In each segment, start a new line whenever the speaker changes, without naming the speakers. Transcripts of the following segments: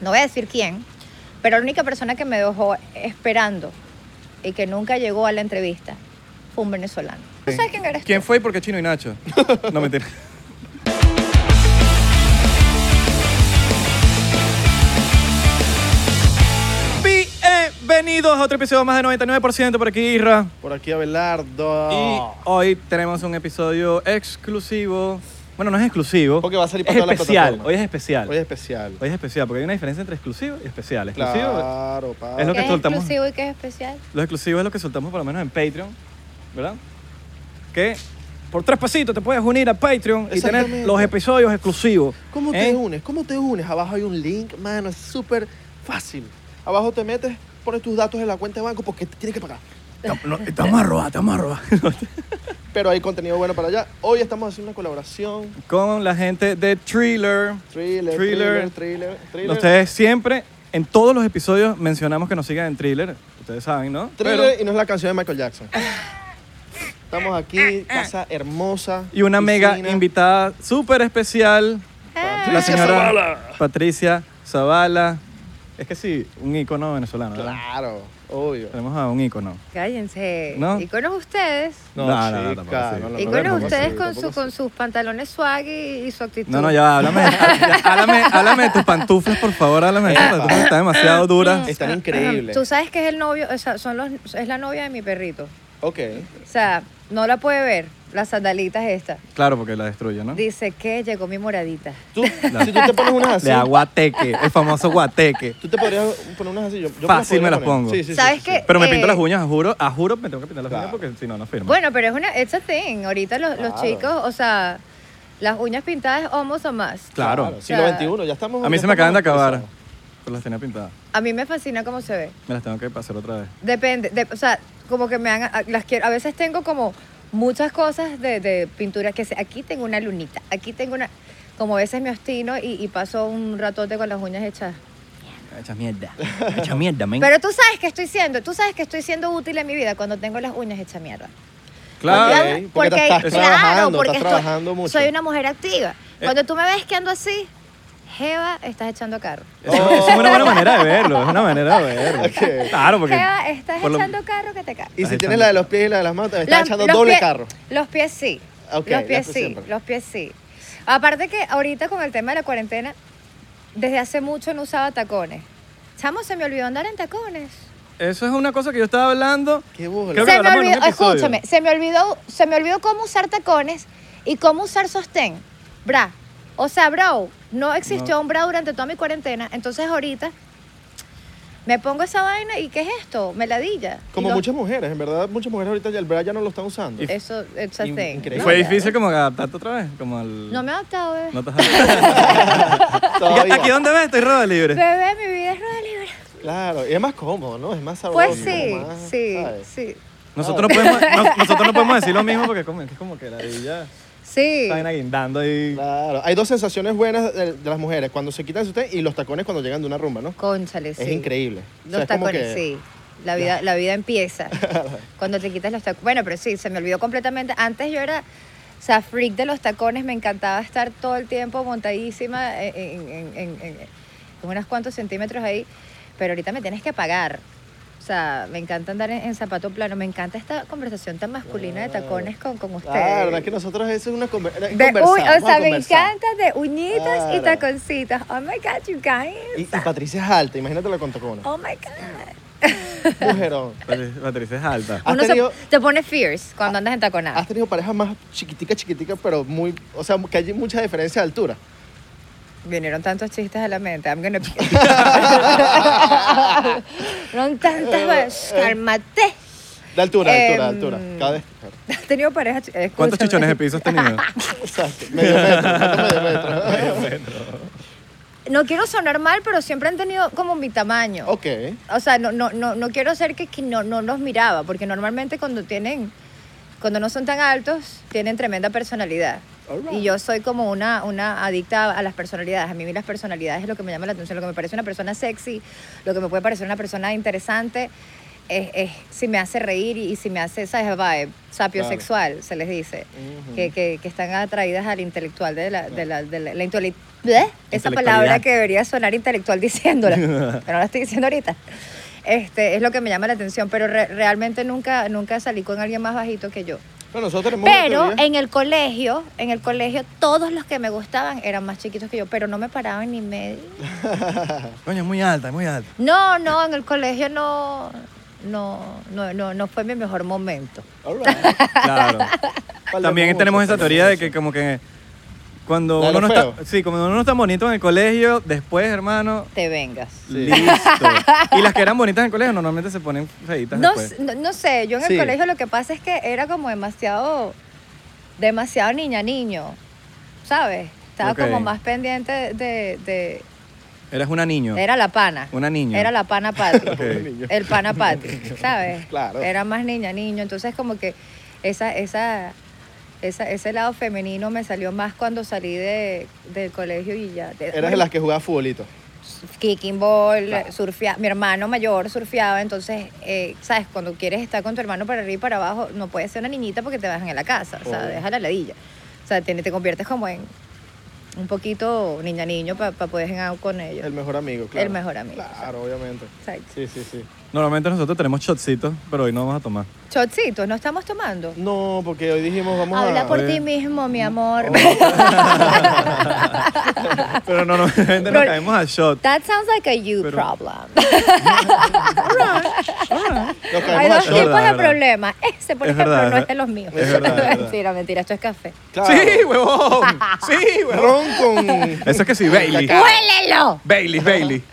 no voy a decir quién, pero la única persona que me dejó esperando y que nunca llegó a la entrevista fue un venezolano. ¿Tú sabes quién
este.
eres?
¿Quién fue y por qué Chino y Nacho? No, mentira. Bienvenidos a otro episodio más de 99% por aquí, Irra.
Por aquí Abelardo.
Y hoy tenemos un episodio exclusivo. Bueno, no es exclusivo.
Porque va a salir para
es
todas las
especial.
plataformas.
Hoy es especial.
Hoy es especial.
Hoy es especial, porque hay una diferencia entre exclusivo y especial. Exclusivo,
Claro, pa.
Es lo
¿Qué
que
es
soltamos.
exclusivo y qué es especial?
Lo exclusivo es lo que soltamos por lo menos en Patreon, ¿verdad? Que por tres pasitos te puedes unir a Patreon y tener
Exactamente.
los episodios exclusivos.
¿Cómo
¿eh?
te unes? ¿Cómo te unes? Abajo hay un link, mano, es súper fácil. Abajo te metes, pones tus datos en la cuenta de banco porque te tienes que pagar.
Estamos- no, Estamos a robar, estamos a robar.
Pero hay contenido bueno para allá. Hoy estamos haciendo una colaboración.
Con la gente de Thriller.
Thriller,
Thriller.
thriller, thriller, thriller.
Ustedes siempre, en todos los episodios, mencionamos que nos sigan en Thriller. Ustedes saben, ¿no?
Thriller
Pero-
y no es la canción de Michael Jackson. Estamos aquí, casa hermosa.
y una mega
piscina.
invitada súper especial, la
Ah,
Patricia
señora
Zavala.
Patricia Zavala. Es que sí, un ícono venezolano, ¿verdad?
Claro, obvio.
Tenemos a un ícono.
Cállense.
¿No?
Y con ustedes.
No, no, no, tampoco así.
Y
No,
con
tampoco
ustedes
así,
con, su, con sus pantalones swag y, y su actitud.
No, no, ya, va, háblame, ya, háblame, háblame de tus pantuflas, por favor, háblame de tus
Epa.
pantuflas, están demasiado duras.
Están increíbles.
Tú sabes que es el novio, o sea, son los, es la novia de mi perrito.
Ok.
O sea, no la puede ver, las sandalitas estas.
Claro, porque la destruye, ¿no?
Dice que llegó mi moradita.
Tú, si tú te pones unas así,
Le da guateque, el famoso guateque.
tú te podrías poner unas así. Yo, yo
Fácil me
podría
las
poner.
pongo.
Sí, sí, sí,
¿Sabes
sí,
qué?
Pero me
Eh,
pinto las uñas, a juro, a juro me tengo que pintar las uñas
Claro.
porque si no, no firmo.
Bueno, pero es una, it's a thing. Ahorita los, los
Claro.
chicos, o sea, las uñas pintadas almost a más.
Claro.
Siglo
O sea,
XXI, ya estamos.
A mí
ya
se me acaban de
estamos
acabar,
empezando.
pero las tenía pintadas.
A mí me fascina cómo se ve.
Me las tengo que pasar otra vez.
Depende, de- o sea, como que me hagan, a- las quiero, a veces tengo como muchas cosas de, de pintura que se- aquí tengo una lunita, aquí tengo una, como a veces me ostino y, y paso un ratote con las uñas hechas.
Hecha mierda, hecha mierda, men.
Pero tú sabes que estoy siendo, tú sabes que estoy siendo útil en mi vida cuando tengo las uñas hechas mierda.
Claro,
Porque-
Ok, porque te estás
claro,
trabajando,
porque
estás
estoy-
trabajando mucho. Eh.
Soy una mujer activa. Cuando tú me ves que ando así, Jeva, estás echando carro.
eso, eso es una buena manera de verlo, es una manera de verlo.
Ok.
Claro, porque...
Jeva, estás
por lo-
echando carro que te cago.
Y si
Estás
tienes
echando-
la de los pies y la de las manos, te estás
Las-
echando
los
doble
pie-
carro.
Los pies sí.
Ok,
los pies
las
sí,
pies siempre.
los pies sí. Aparte que ahorita con el tema de la cuarentena, desde hace mucho no usaba tacones. Chamo, se me olvidó andar en tacones.
Eso es una cosa que yo estaba hablando.
Qué bola.
Creo que
se me
hablamos en un
olvidó,
episodio.
escúchame, se me olvidó, se me olvidó cómo usar tacones y cómo usar sostén. Bra. O sea, bro, no existió
No.
un bra durante toda mi cuarentena, entonces ahorita me pongo esa vaina y ¿qué es esto? Meladilla.
Como
Y no-
muchas mujeres, en verdad, muchas mujeres ahorita ya el bra ya no lo están usando.
Y-
Eso, it's a
In-
thing.
increíble.
Fue
No, ya.
difícil como adaptarte otra vez, como al...
No me he adaptado, eh. bebé.
No te has adaptado.
Todavía.
¿Aquí dónde ves? Estoy roda libre.
Bebé, mi vida es rueda libre.
Claro, y es más cómodo, ¿no? Es más sabroso.
Pues sí,
como más,
sí,
¿sabes?
sí.
Nosotros no podemos, nos- nosotros no podemos decir lo mismo porque como, es como que la villa
Sí.
está aguindando ahí.
Claro. Hay dos sensaciones buenas de, de las mujeres, cuando se quitan usted y los tacones cuando llegan de una rumba, ¿no?
Cónchale, Pues sí.
Es increíble. O sea,
Los
es como
tacones,
que-
sí. La vida, la vida empieza cuando te quitas los tacones. Bueno, pero sí, se me olvidó completamente. Antes yo era, o sea, freak de los tacones. Me encantaba estar todo el tiempo montadísima en, en- en- en- en- en unos cuantos centímetros ahí. Pero ahorita me tienes que pagar. O sea, me encanta andar en, en zapato plano. Me encanta esta conversación tan masculina de tacones con, con ustedes.
Claro, es que nosotros eso es una eh, conversación.
De uy, o sea, me encanta de uñitas y
Claro.
taconcitas. Oh my God, you guys.
Y, y Patricia es alta, imagínatela con tacones.
Oh my God.
Mujerón.
Patri- Patricia es alta.
¿Has
Uno se-
tenido-
te pone fierce cuando andas en taconada.
Has tenido parejas más chiquitica, chiquitica, pero muy. O sea, que hay mucha diferencia de altura.
Vinieron tantos chistes a la mente. I'm gonna... Fueron tantas veces. Cálmate.
De altura, de altura, de
Em,
altura. Cada vez.
Has tenido parejas. ch- eh,
¿Cuántos
escúchame.
chichones de piso has tenido?
Exacto. Medio metro, medio metro.
No quiero sonar mal, pero siempre han tenido como mi tamaño.
ok.
O sea, no, no, no, no quiero ser que, que no, no los miraba, porque normalmente cuando tienen, cuando no son tan altos, tienen tremenda personalidad.
Alright.
Y yo soy como una, una adicta a las personalidades. A mí las personalidades es lo que me llama la atención, lo que me parece una persona sexy, lo que me puede parecer una persona interesante, es, es si me hace reír y, y si me hace, ¿sabes? Vibe, sapiosexual, se les dice,
Ujú.
que, que- que están atraídas al intelectual, de la, de la, de la- la intele- ¿eh? Bleh, Esa palabra
Intelectualidad.
que debería sonar intelectual diciéndola, pero no la estoy diciendo ahorita. Este, es lo que me llama la atención, pero re- realmente nunca, nunca salí con alguien más bajito que yo.
Bueno, nosotros tenemos una
Pero
teoría.
en el colegio, en el colegio, todos los que me gustaban eran más chiquitos que yo, pero no me paraban ni medio.
Coño, es muy alta, es muy alta.
No, no, en el colegio no, no, no, no, no fue mi mejor momento.
All right.
Claro. También
mucho,
tenemos esa
hablemos
teoría de
mucho.
que como que cuando
¿La de
uno no
lo
está,
feo?
sí, cuando uno no está bonito en el colegio, después, hermano,
Te vengas.
Sí.
listo. Y las que eran bonitas en el colegio normalmente se ponen feitas
No,
después.
s- no, no sé, yo en el
Sí.
colegio lo que pasa es que era como demasiado, demasiado niña, niño, ¿sabes? Estaba
Ok.
como más pendiente de, de-
Eras una niño.
Era la pana.
Una niña.
Era la pana patria.
Ok.
El pana patria, ¿sabes?
Claro.
Era más niña, niño. Entonces como que esa, esa, esa- ese lado femenino me salió más cuando salí de, del colegio y ya. De-
Eras de las que jugaba futbolito.
kicking ball,
Claro.
surfea- mi hermano mayor surfeaba, entonces, eh, ¿sabes? Cuando quieres estar con tu hermano para arriba y para abajo, no puedes ser una niñita porque te bajan en la casa, o sea,
Obvio.
deja la ladilla. O sea, tiene- te conviertes como en un poquito niña-niño para poder hang out con ellos.
El mejor amigo, claro.
El mejor amigo,
Claro, obviamente.
Exacto.
Sí, sí, sí.
Normalmente nosotros tenemos shotcitos, pero hoy no vamos a tomar.
Chotcitos, no estamos tomando.
No, porque hoy dijimos vamos
Habla
a...
por
Oye.
ti mismo,
Oh.
mi amor.
Pero no, normalmente nos
Pero-
caemos a shot.
That sounds like a you
Pero-
problem. Hay
Nos caemos
dos
a
es verdad,
shot.
tipos de
es verdad.
problemas. Ese, por
Es
ejemplo,
verdad,
no es
es
de los míos.
es verdad, es verdad.
mentira, mentira, esto es café.
Claro.
Sí, huevón. Sí, huevón.
Ron con...
Eso es que sí, Bailey.
Cacao.
¡Huélelo!
Bailey, Bailey.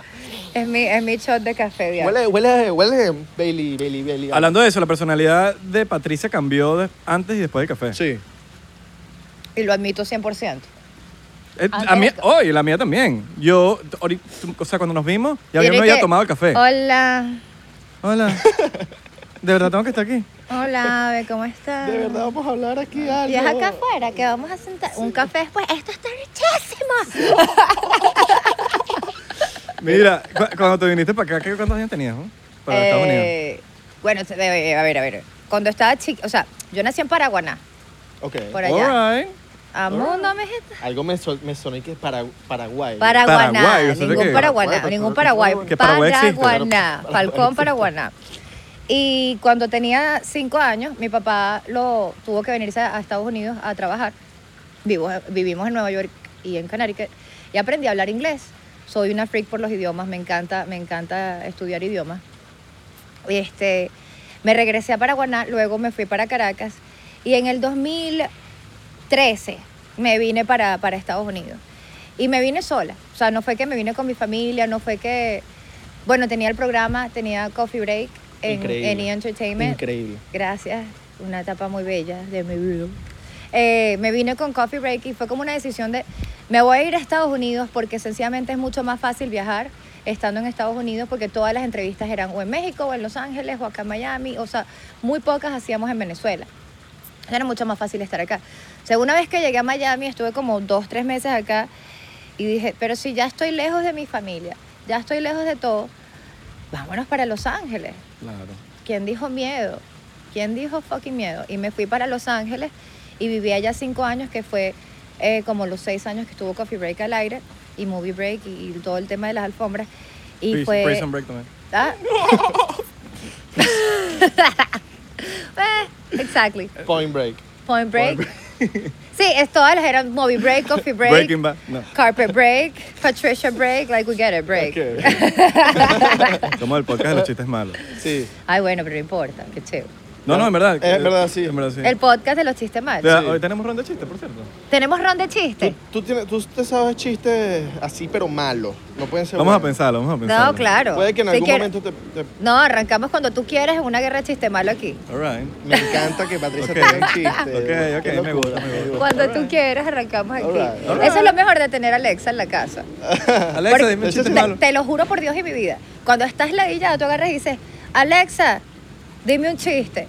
Es mi, es mi shot de café diario.
Huele, huele, huele Bailey, Bailey, Bailey.
Hablando de eso, la personalidad de Patricia cambió de- antes y después del café.
Sí.
Y lo admito 100%.
Eh,
Antes
a mí,
del ca-
hoy, la mía también. Yo, t- ahorita- o sea, cuando nos vimos, ya yo no había tomado el café.
Hola,
Hola. De verdad tengo que estar aquí.
hola, Ave, ¿cómo estás?
De verdad vamos a hablar aquí
Y
algo.
es acá afuera que vamos a sentar. Un café después. Esto está richísimo.
Mira, cu- cuando te viniste para acá, ¿qué- ¿cuántos años tenías? no? Para Estados Unidos.
Eh, bueno, se- eh, a ver, a ver. Cuando estaba chica, o sea, yo nací en Paraguaná.
Ok.
por allá.
All right.
Amundo, mi gente.
Algo me, sol- me soné que es para, Paraguay.
Paraguaná.
Paraguay, o sea,
ningún
que-
Paraguaná.
Paraguay,
Ningún
Paraguay.
Paraguay.
Que Paraguay existe.
Paraguaná.
Claro,
Falcón, Paraguaná. Y cuando tenía cinco años, mi papá lo tuvo que venirse a Estados Unidos a trabajar. Vivo- vivimos en Nueva York y en Connecticut y aprendí a hablar inglés. Soy una freak por los idiomas, me encanta, me encanta estudiar idiomas. Este, me regresé a Paraguaná, luego me fui para Caracas y en el 2013 me vine para, para Estados Unidos. Y me vine sola, o sea, no fue que me vine con mi familia, no fue que... Bueno, tenía el programa, tenía Coffee Break en,
Increíble.
en E! Entertainment.
Increíble.
Gracias, una etapa muy bella de mi vida. Eh, me vine con Coffee Break y fue como una decisión de, me voy a ir a Estados Unidos porque sencillamente es mucho más fácil viajar estando en Estados Unidos porque todas las entrevistas eran o en México o en Los Ángeles o acá en Miami, o sea, muy pocas hacíamos en Venezuela. Era mucho más fácil estar acá. O sea, una vez que llegué a Miami, estuve como dos, tres meses acá y dije, pero si ya estoy lejos de mi familia, ya estoy lejos de todo, vámonos para Los Ángeles.
Claro.
¿Quién dijo miedo? ¿Quién dijo fucking miedo? Y me fui para Los Ángeles y viví allá cinco años, que fue eh, como los seis años que estuvo Coffee Break al aire y Movie Break y, y todo el tema de las alfombras. Y
Prison-
fue...
Prison Break también.
Ah. Eh, exactly.
Point Break.
Point Break. sí, es, todas las eran Movie Break, Coffee Break,
Breaking Bad. No.
Carpet Break, Patricia Break, like we get it, Break.
Ok.
Somos el podcast de los chistes malos.
Sí.
Ay, bueno, pero no importa, qué chévere.
No, no, en verdad.
Es verdad, sí.
En verdad, sí.
El podcast de los chistes
O sea,
malos.
Sí.
Hoy tenemos ronda de chistes, por cierto.
Tenemos ron de chistes.
Tú, tú tienes, tú te sabes chistes así, pero malos. No pueden ser
Vamos a
buenos.
pensarlo, vamos a pensarlo.
No, claro.
Puede que en
Si
algún
quiere-
momento te, te-
No, arrancamos cuando tú quieras en una guerra de chiste malo aquí.
All right.
Me encanta que Patricia
Ok.
tenga un chiste.
Ok, ok,
Qué
me
locura,
gusta, me gusta.
Cuando tú quieras, arrancamos aquí.
Alright,
alright.
Eso es lo mejor de tener a Alexa en la casa.
Alexa,
Porque-
dime un
Ese
chiste
sí.
malo.
Te, te lo juro por Dios y mi vida. Cuando estás ladillado, tú agarras y dices, Alexa, dime un chiste.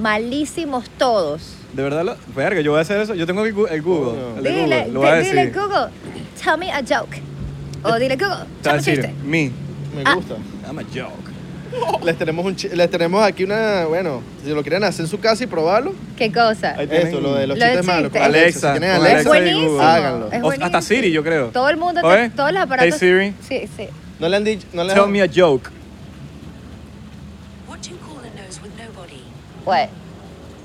Malísimos todos.
De verdad, lo, verga, yo voy a hacer eso. Yo tengo el Gu- el Google.
Coño.
El de
Oh, Dile,
Google, lo voy a
di- dile
decir.
Google, tell me a joke. O dile Google,
Te
tell
voy a
me un
decir,
chiste.
me,
Me
Ah.
gusta.
I'm a joke.
Les tenemos, un, chi- les tenemos aquí una, bueno, si lo quieren hacer en su casa y probarlo,
¿Qué cosa?
Ahí tienen
eso, lo de los
lo de
chistes malos. con
chistes.
Alexa, si tienen
Con
Es
Alexa,
Alexa y
buenísimo. Eh,
Google.
háganlo.
Es
O- hasta
buenísimo.
Siri, yo creo.
Todo el mundo,
Oye,
todos los aparatos.
Hey Siri,
Sí, sí.
No le han dicho, no le
tell
han...
me a joke.
Watching caller knows with nobody.
What?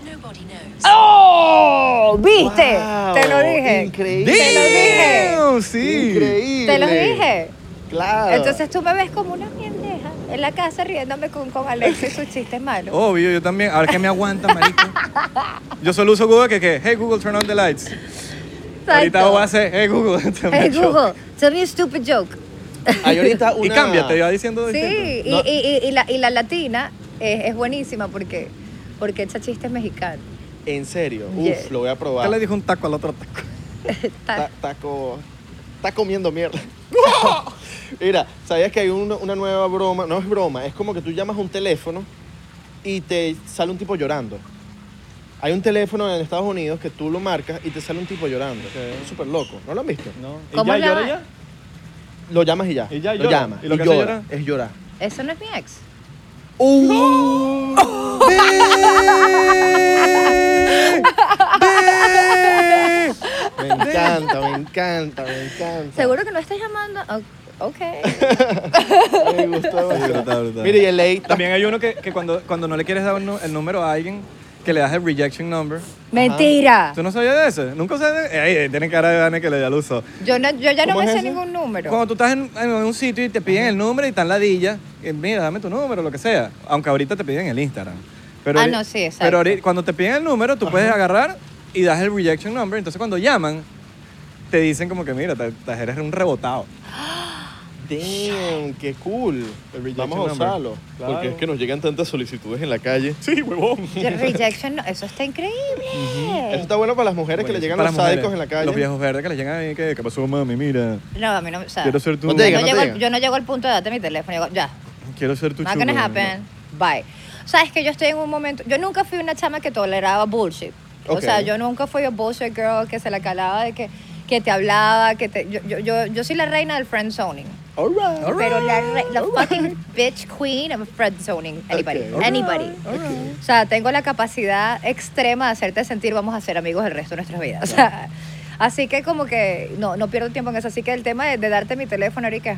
Nobody knows.
¡Oh! ¿Viste?
Wow,
Te lo dije.
Increíble.
Te lo dije.
Damn, Sí.
Increíble.
Te lo dije.
Ah.
Claro.
Entonces tú me ves como una pendeja en la casa riéndome con, con Alex y sus chistes malos.
Obvio, yo también. A ver qué me aguanta, marico. Yo solo uso Google que que, hey Google, turn on the lights. Ahorita
Exacto.
voy a hacer, hey Google. tell me a
Hey
joke".
Google, tell me a stupid joke.
Hay ahorita una...
Y cámbiate, ya diciendo distinto.
Sí, y,
No.
y, y- y la, y la latina es, es buenísima porque, porque echa chistes mexicanos.
En serio.
Yeah.
Uf, lo voy a
Ya
probar.
le dijo un taco al otro taco.
Está-
Ah,
Ta- taco. Está comiendo mierda. Mira, ¿sabías que hay una, una nueva broma? No es broma, es como que tú llamas a un teléfono y te sale un tipo llorando. Hay un teléfono en Estados Unidos que tú lo marcas y te sale un tipo llorando. Es súper loco. ¿No lo han visto?
No. ¿Y
¿Cómo
ya
la-
llora ya?
Lo llamas y ya.
Y ya
lo
llora.
llamas.
¿Y lo que hace
llora. Es llorar.
Eso no es mi ex.
¡Uh! Me encanta, me encanta, me encanta.
Seguro que no estás llamando. O- Ok.
Me gustó demasiado.
brutal, brutal.
Mira, y el ley
También hay uno que, que cuando, cuando no le quieres dar un nu- el número a alguien, que le das el rejection number.
Mentira.
¿Tú no sabías de eso? Nunca sabías de Ey, tiene cara de Dani que le da el uso.
Yo, no, yo ya no
¿Cómo
me
es
sé
eso?
ningún número.
Cuando tú estás en, en un sitio y te piden el número y están ladillas, eh, mira, dame tu número, lo que sea. Aunque ahorita te piden el Instagram. Pero
Ah,
ahori-
no, sí, exacto.
Pero ahori- cuando te piden el número, tú puedes agarrar y das el rejection number. Entonces cuando llaman, te dicen como que, mira, te, te- eres un rebotado.
Damn, qué cool.
rejection
Vamos a
number.
usarlo.
Claro.
Porque es que nos llegan tantas solicitudes en la calle.
Sí, huevón.
Yo- Rejection, no, eso está
Eso
increíble.
está bueno para las mujeres que le llegan los sádicos en la calle.
Los viejos verdes que le llegan ahí, que, ¿qué pasó, mami? Mira,
No, a mí no. O sea,
quiero ser tu...
No te
yo, no
digan, no
llego, al-
digan.
yo no llego al punto de darte mi teléfono. Yo digo, ya.
Quiero ser tu
Not gonna
sugar.
happen. Bye. Sabes que yo estoy en un momento. Yo nunca fui una chama que toleraba bullshit. O
Ok.
sea, yo nunca fui a bullshit girl que se la calaba de que, que te hablaba, que te. Yo, yo, yo, yo soy la reina del friend zoning.
All right.
Pero la, re- la fucking bitch queen of friend zoning. Anybody.
Ok.
Anybody. O sea, tengo la capacidad extrema de hacerte sentir vamos a ser amigos el resto de nuestras vidas. O sea, así que como que no, no pierdo tiempo en eso. Así que el tema de, de darte mi teléfono, Erika.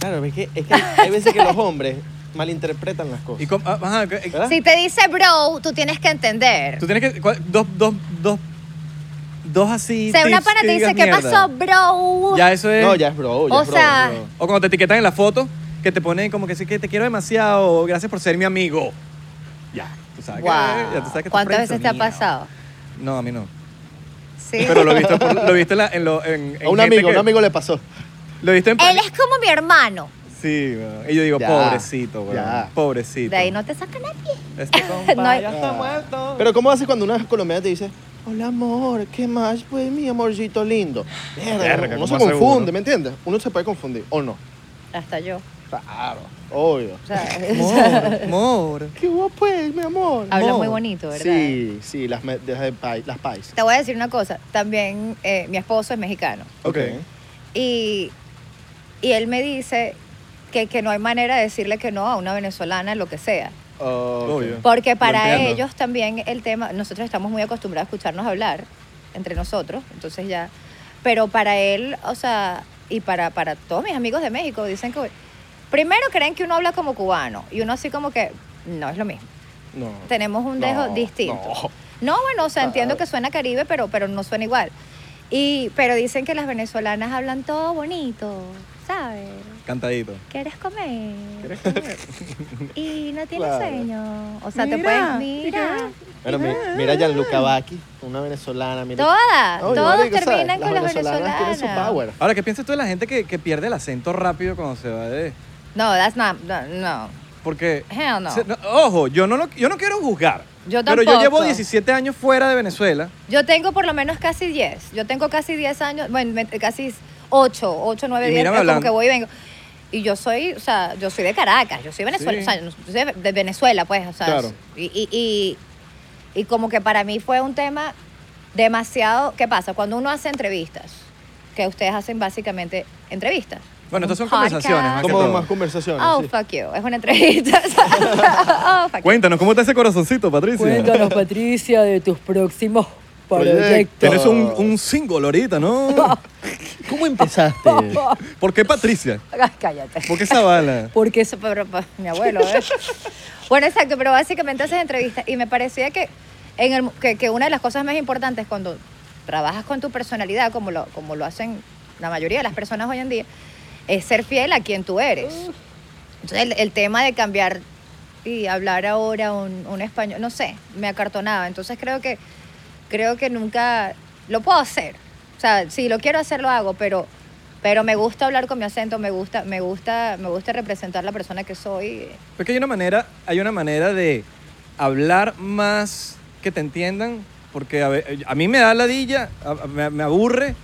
Claro, es que, es que hay veces que los hombres malinterpretan las cosas.
Y com- ah, ajá, que-
¿Verdad?
Si te dice bro, tú tienes que entender.
Tú tienes que. cua- Dos, dos, dos. Dos así.
O sea, una
tips
para
que
te dice,
digas
¿qué
mierda".
pasó, bro?
Ya eso es.
No, ya es bro, ya
O
es bro,
sea-
bro.
O cuando te etiquetan en la foto, que te ponen como que sí que te quiero demasiado, o gracias por ser mi amigo. Ya. Tú sabes
Wow.
que, ya tú sabes que
¿Cuántas
estás
veces te ha
preso,
pasado?
niño. No, a mí no.
Sí.
Pero lo he visto, por- lo he visto en, la- en lo- en- en
A un
gente
amigo,
que-
un amigo le pasó.
Lo he visto en.
Él es como mi hermano.
Sí, weón. Y yo digo,
Ya,
pobrecito, weón.
ya.
Pobrecito.
De ahí no te saca nadie.
Este compa
No hay-
ya está muerto.
Pero ¿cómo haces cuando una colombiana te dice, hola amor, ¿qué más? Pues mi amorcito lindo.
Verga,
Mierda, uno
¿cómo
se
hace uno?
confunde, ¿me entiendes? Uno se puede confundir, ¿o no?
Hasta yo.
Claro, obvio.
O sea,
Mor, mor.
¿Qué hubo pues, mi amor?
habla
no.
muy bonito, ¿verdad?
Sí, sí, las, me- de- de pai- las pais.
Te voy a decir una cosa. También eh, mi esposo es mexicano.
Ok.
Y, y él me dice que, que no hay manera de decirle que no a una venezolana, lo que sea.
Obvio.
Obvio.
Porque
Lo
para
entiendo.
ellos también el tema, nosotros estamos muy acostumbrados a escucharnos hablar entre nosotros, entonces ya, pero para él, o sea, y para, para todos mis amigos de México, dicen que primero creen que uno habla como cubano y uno así como que no es lo mismo,
No.
tenemos un dejo
No,
distinto.
no.
No, bueno, o sea, entiendo
Ah.
que suena caribe, pero, pero no suena igual. Y, pero dicen que las venezolanas hablan todo bonito, ¿sabes?
Cantadito.
¿Quieres comer? y no tienes
Claro.
sueño. O sea, te puedes mirar.
Bueno, mi- mira Gianluca Vacchi, una venezolana, mira.
Todas,
Oye,
todos
marico, ¿sabes?
terminan con las venezolanas.
tienen su power.
Ahora, ¿qué piensas tú de la gente que, que pierde el acento rápido cuando se va de.?
No, that's not, no, no.
Porque.
Hell no.
se- ojo, yo no, lo- yo no quiero juzgar.
Yo
Pero yo llevo
tampoco.
17 años fuera de Venezuela.
Yo tengo por lo menos casi 10. Yo tengo casi 10 años, bueno, me- casi 8, 8, 9,
Y
10,
mírame
pero como
hablando.
que voy y vengo. Y yo soy, o sea, yo soy de Caracas, yo soy Venezuela,
Sí.
o sea, yo soy de- de Venezuela, pues, o sea.
Claro.
Y, y, y- y como que para mí fue un tema demasiado. ¿Qué pasa? Cuando uno hace entrevistas, que ustedes hacen básicamente entrevistas,
Bueno, estas son
Podcast.
conversaciones. más Ah, que
Como
todo.
más conversaciones.
Oh,
sí.
fuck you. Es una entrevista. oh, fuck you.
Cuéntanos, ¿cómo está ese corazoncito, Patricia?
Cuéntanos, Patricia, de tus próximos
Proyectos.
proyectos.
Tienes un, un single ahorita, ¿no?
¿Cómo empezaste?
¿Por qué Patricia?
Ay, Cállate.
¿Por qué Zavala?
Porque eso
Eso fue por- por mi abuelo, ¿eh? bueno, exacto, pero básicamente haces entrevistas y me parecía que, en el, que, que una de las cosas más importantes cuando trabajas con tu personalidad, como lo, como lo hacen la mayoría de las personas hoy en día, es ser fiel a quien tú eres. Entonces, el, el tema de cambiar y hablar ahora un, un español, no sé, me acartonaba. Entonces, creo que, creo que nunca lo puedo hacer. O sea, si lo quiero hacer, lo hago, pero, pero me gusta hablar con mi acento, me gusta, me gusta, me gusta representar la persona que soy.
Porque hay una manera, hay una manera de hablar más que te entiendan, porque a, ve- a mí me da ladilla, a- a- me, me aburre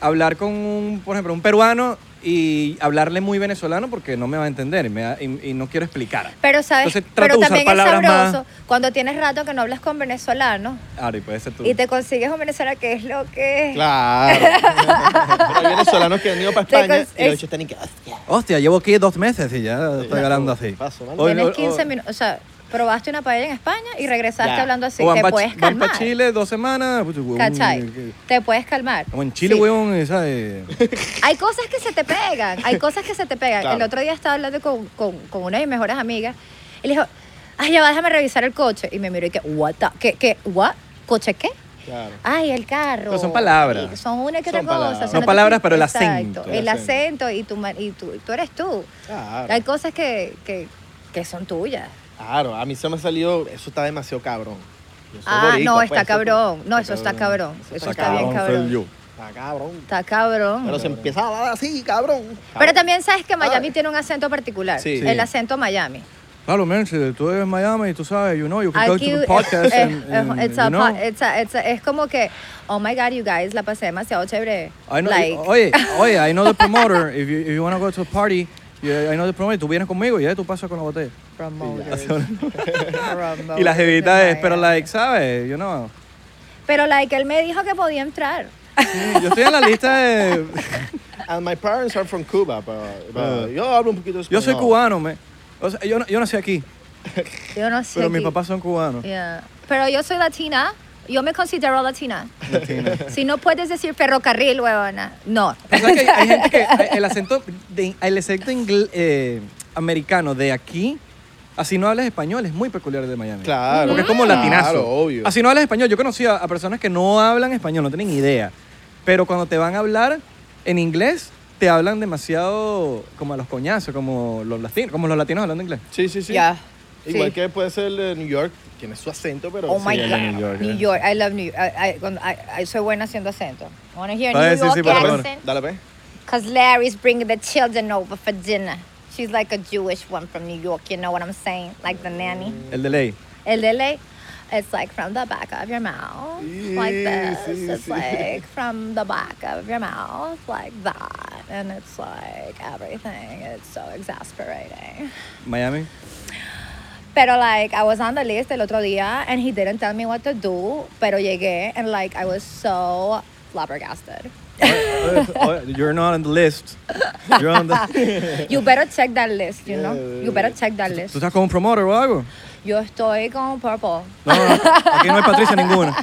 hablar con un, por ejemplo, un peruano y hablarle muy venezolano porque no me va a entender y, me da- y- y no quiero explicar.
Pero sabes,
Entonces, trato
pero
de usar
también es
palabras más-
sabroso cuando tienes rato que no hablas con venezolanos
Ari, puede ser tú.
y te consigues un venezolano que es lo que es.
Claro. Pero hay venezolanos que han ido para
Te
España
cons-
y los
es-
hechos están en que, hostia.
Hostia, llevo aquí dos meses y ya estoy hablando así.
Paso, ¿vale?
Hoy-
Tienes
hoy-
15 minutos, o sea, probaste una paella en España y regresaste
Ya.
hablando así,
o van
te
pa-
puedes
van pa'
calmar.
Chile dos semanas. pues, puto, huevón,
¿Cachai?
que-
Te puedes calmar.
Como en Chile,
Sí.
huevón, esa es-
Hay cosas que se te pegan, hay cosas que se te pegan.
Claro.
El otro día estaba hablando con, con, con una de mis mejores amigas y le dijo, ay, ya va, déjame revisar el coche. Y me miró y que, what the, ¿qué, qué, what? ¿Coche qué?
Claro.
Ay, el carro.
Pero son palabras.
Y son una que otra
Son
cosa.
palabras.
o sea,
No
te-
palabras, pero el
Exacto,
acento.
El acento y tu, man- y tu- tú eres tú.
Claro.
Hay cosas que, que, que son tuyas.
Claro, a mí se me ha salido, eso está demasiado cabrón. Yo soy
Ah,
boricua,
no,
pues,
está
eso-
cabrón. No, eso está cabrón. Eso está bien cabrón.
soy yo.
Está cabrón.
Está cabrón.
Pero se empieza a hablar así, cabrón.
Pero también sabes que Miami
Ay.
tiene un acento particular.
Sí.
El acento Miami.
Claro, man, si tú eres Miami, tú sabes, you know, you can go
Aquí
to the
es-
podcast.
es-
and- and,
es- it's
you
a
know.
po- it's a- it's a- es como que, oh my God, you guys, la pasé demasiado chévere.
I know- oh.
Like,
Oye, oye, I know the promoter. If you, if you want to go to a party, yeah, I know the promoter. Tú vienes conmigo y ya tú pasas con la botella.
promoters,
Y la
promoters
jevita
de
es, pero
Miami.
like, ¿sabes? You know.
Pero like, él me dijo que podía entrar.
Sí, Yo estoy en la lista de...
And my parents are from Cuba, but, but yo hablo un poquito
Uh, Yo
español.
soy cubano, me. O sea, yo, no- yo nací aquí,
Yo no sé.
pero mis
aquí.
papás son cubanos.
Yeah. Pero yo soy latina. Yo me considero latina.
Latina.
si no puedes decir ferrocarril, huevona. No.
O sea, que hay, hay gente que hay- el acento, de- el acento ingl- eh, americano de aquí, así no hablas español, es muy peculiar de Miami.
Claro.
Porque es como latinazo.
Claro, obvio.
Así no hablas español. Yo conocí a, a personas que no hablan español, no tienen idea. Pero cuando te van a hablar en inglés, te hablan demasiado como a los coñazos, como los latinos, como los latinos hablando inglés.
Sí, sí, sí.
Ya.
Igual
Sí.
que puede ser el de New York, tiene su acento, pero...
Oh
sí,
my
el de
God.
New York.
New York. I love New York. I, I, cuando- I- I soy buena haciendo acento. I want to hear
Ah,
New
sí,
York
sí, por favor.
accent.
Dale, pues. ve.
Because Larry's bringing the children over for dinner. She's like a Jewish one from New York, you know what I'm saying? Like the nanny.
El de ley.
El delay, it's like from the back of your mouth. Like
Yeah,
this.
sí,
It's
sí.
like from the back of your mouth, like that. And it's like everything. It's so exasperating.
Miami.
Pero like I was on the list el otro día and he didn't tell me what to do, pero llegué and like I was so flabbergasted.
Oye, oye, You're not on the list. You're on the-
You better check that list, you know? You better check that
¿Tú
list.
estás con un promoter o algo?
Yo estoy con Purple.
No, no, aquí no hay Patricia ninguna.